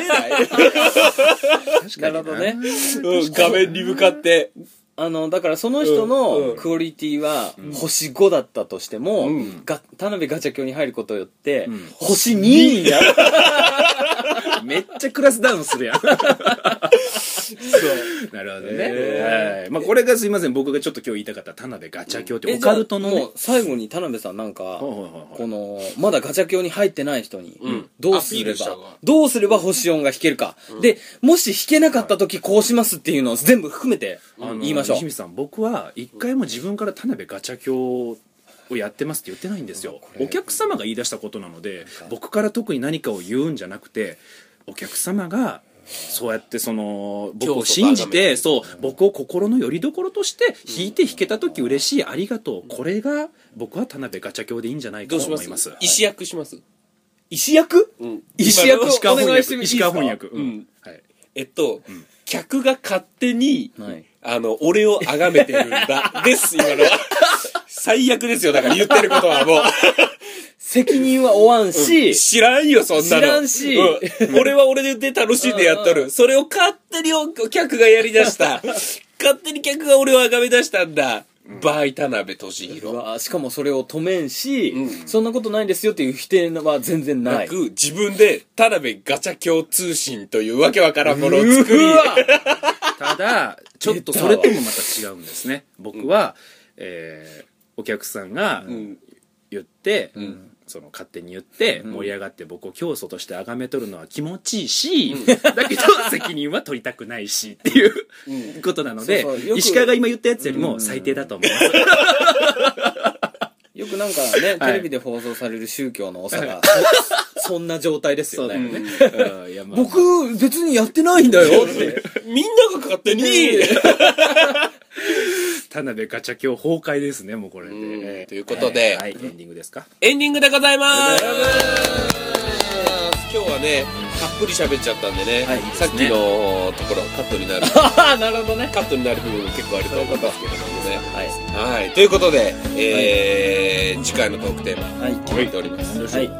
A: めない
C: 確か に
B: なるほどね
A: うん画面に向かって
B: あのだからその人
A: うんう
B: の
A: ん
B: クオリティは星5だったとしても、
C: ん
B: が田辺ガチャ教に入ることによって、
C: ん
B: 星2になる
C: めっちゃクラスダウンするやん なるほどね、はいまあ、これがすいません僕がちょっと今日言いたかった田辺ガチャ教って
B: え
C: オカルトの
B: じゃあ
C: ね
B: もう最後に田辺さんなんか、
C: はいはいはいはい
B: このまだガチャ教に入ってない人に、
A: うん
B: どうすれ
A: アピールした
B: ば
A: 方が
B: どうすれば星4が弾けるか、でもし弾けなかった時こうしますっていうのを全部含めて
C: あの
B: 言いましょう、
C: 西水さん僕は一回も自分から田辺ガチャ教をやってますって言ってないんですよお客様が言い出したことなので僕から特に何かを言うんじゃなくてお客様がそうやってその僕を信じてそう僕を心の拠り所として弾いて弾けた時嬉しいありがとうこれが僕は田辺ガチャ教でいいんじゃないか
A: どう
C: と
A: し
C: 思
A: ま
C: い
A: す
C: ます
A: 石役します、
B: 石役石役
A: 今の
B: 石川
C: 石川
B: お
C: 翻
B: 願いして
C: 訳
B: もいいです
C: 石
B: か
C: 川翻訳う
A: うんん
C: はい
A: えっと、客が勝手に、
B: はい
A: あの、俺を崇めてるんだ。です、今の は。最悪ですよ、だから言ってることはも
B: 責任は負わんし、
A: う。 知らんよ、そんなの。
B: 知らんし
A: うん俺は俺で楽しんでやっと
B: うんう
A: る。それを勝手にお客がやりだ した。勝手に客が俺を崇め出したんだ。バイ田辺俊
B: う
A: 弘。
B: わしかもそれを止めんし、
A: ん
B: そんなことないですよっていう否定は全然な。
A: ないく、自分で田辺ガチャ共通信というわけわからんものを作り、
C: ただちょっとそれともまた違うんですね僕は、えーお客さんが
A: ん
C: 言って、その勝手に言って盛り上がって僕を教祖として崇めとるのは気持ちいいし、だけど責任は取りたくないしっていう
A: う
C: ことなので
B: そうそうよく
C: 石川が今言ったやつよりも最低だと思います、
B: よくなんかね、テレビで放送される宗教の多さ が、そそんな状態ですよね。
C: うんいやまあ
B: 僕、別にやってないんだよって。
A: みんなが勝手に、
C: 田辺ガチャ教崩壊ですねもうこれで、
A: うん
C: えー
A: ということで
C: はい、エンディングですか
A: エンディングでございます今日はねたっぷり喋っちゃったんでね、
B: はい
A: さっきのところカットになる
B: ああ、なるほどね。
A: カットになる部分結構あると思いますけれどもね
B: はい。
A: はいということで、えー次回のトークテーマ
B: はい。
A: 決めております、
B: はい。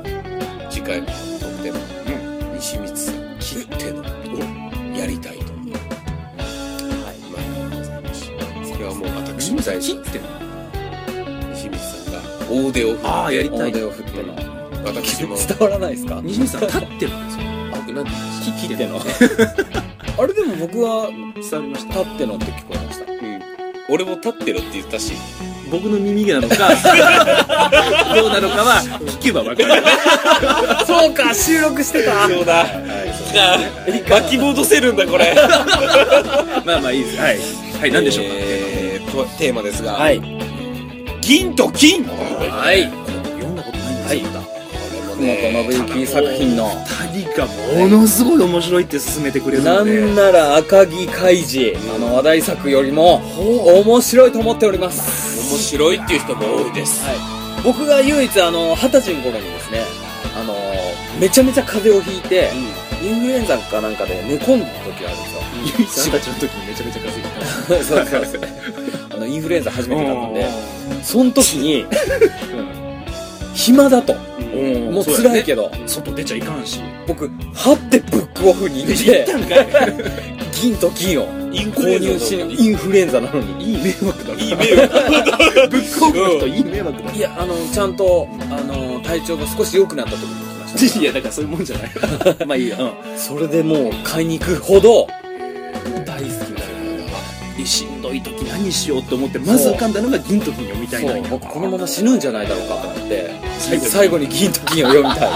A: 次回のトークテーマ、西光さん切ってのをやりたいと思うはいまあございますそれはもう私も大事
C: て
A: 西光さんが大腕を振
C: ああや
A: っ
C: り
A: て
C: たい
B: 大手を振って の。
A: 私も
B: 伝わらないですか
C: 西水さん立ってるんですよ
A: あ僕なんて
B: 切っての。あれでも僕は、
C: 伝わりました
B: 立ってのって聞こえました。
A: うん俺も立ってろって言ったし
C: 僕の耳がなの かどうなのかは聞けば分か る
B: そうか、収録してた。
A: そうだ巻き戻せるんだこれ
C: まあまあいいですはい、はい、何でしょうか、
A: えーとテーマですが、
B: はい。
A: 銀と金
B: はい。
C: 読んだことないんですよ、まだ
A: こ
B: 熊
A: れも
B: 本
A: ね
B: 信之作品の。
C: 二人がものすごい面白いって勧めてくれる
B: な
C: ので
B: んなら赤木開示、あの話題作よりも、面白いと思っております。
A: 面白いっていう人も多いです
B: はい、僕が唯一あの二十歳の頃にですねあのめちゃめちゃ風邪をひいて、インフルエンザかなんかで寝込んだ時があるんですよ
C: ゆいさんたちの時にめちゃめちゃ稼いで た
B: そうそうそうあのインフルエンザ初めてだったんでその時に暇だと
C: うん
B: もう
C: そうや
B: 辛
C: ね
B: いけど、
C: 外出ちゃいかんし
B: 僕ハってブックオフに行って 銀と金を
A: イン
B: 購入しインフルエンザなのに
C: いい迷惑だない
A: い迷惑
C: ぶっ込む人いい迷惑だ
B: いやあのちゃんとあの体調が少し良くなった時に来ました
C: いやだからそういうもんじゃないまあいいや、うん
B: それでもう買いに行くほど
C: 大好きだよしんどい時何しようと思ってまず浮かんだのが銀と金読みたいなんや
B: そう僕このまま死ぬんじゃないだろうかと思って最後に銀と金を読みたい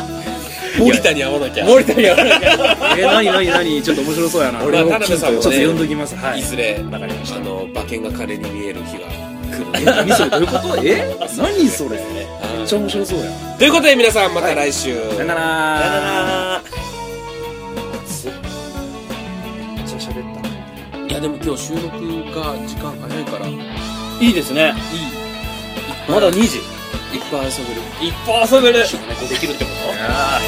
A: 森田に会わなきゃ
B: 森田にやらなきゃ
C: えー、何何何ちょっと面白そうやな
B: 俺も
A: まあ田辺さんも
C: ちょっと読ん
A: ね
C: どきますはいい
A: ずれ
C: わかりまし
A: あ
C: た
A: の馬券が金に見える日が
C: え何それどういうことえ何それめっちゃ面白そうや
A: ということで皆さんまた来週、
C: さよならさよならめっちゃ喋った
A: いやでも今日収録が時間早いからいっ
B: いいですねまだ2時
A: ぱい遊べる
B: 一歩遊べる
A: 猫できるってこと
C: あ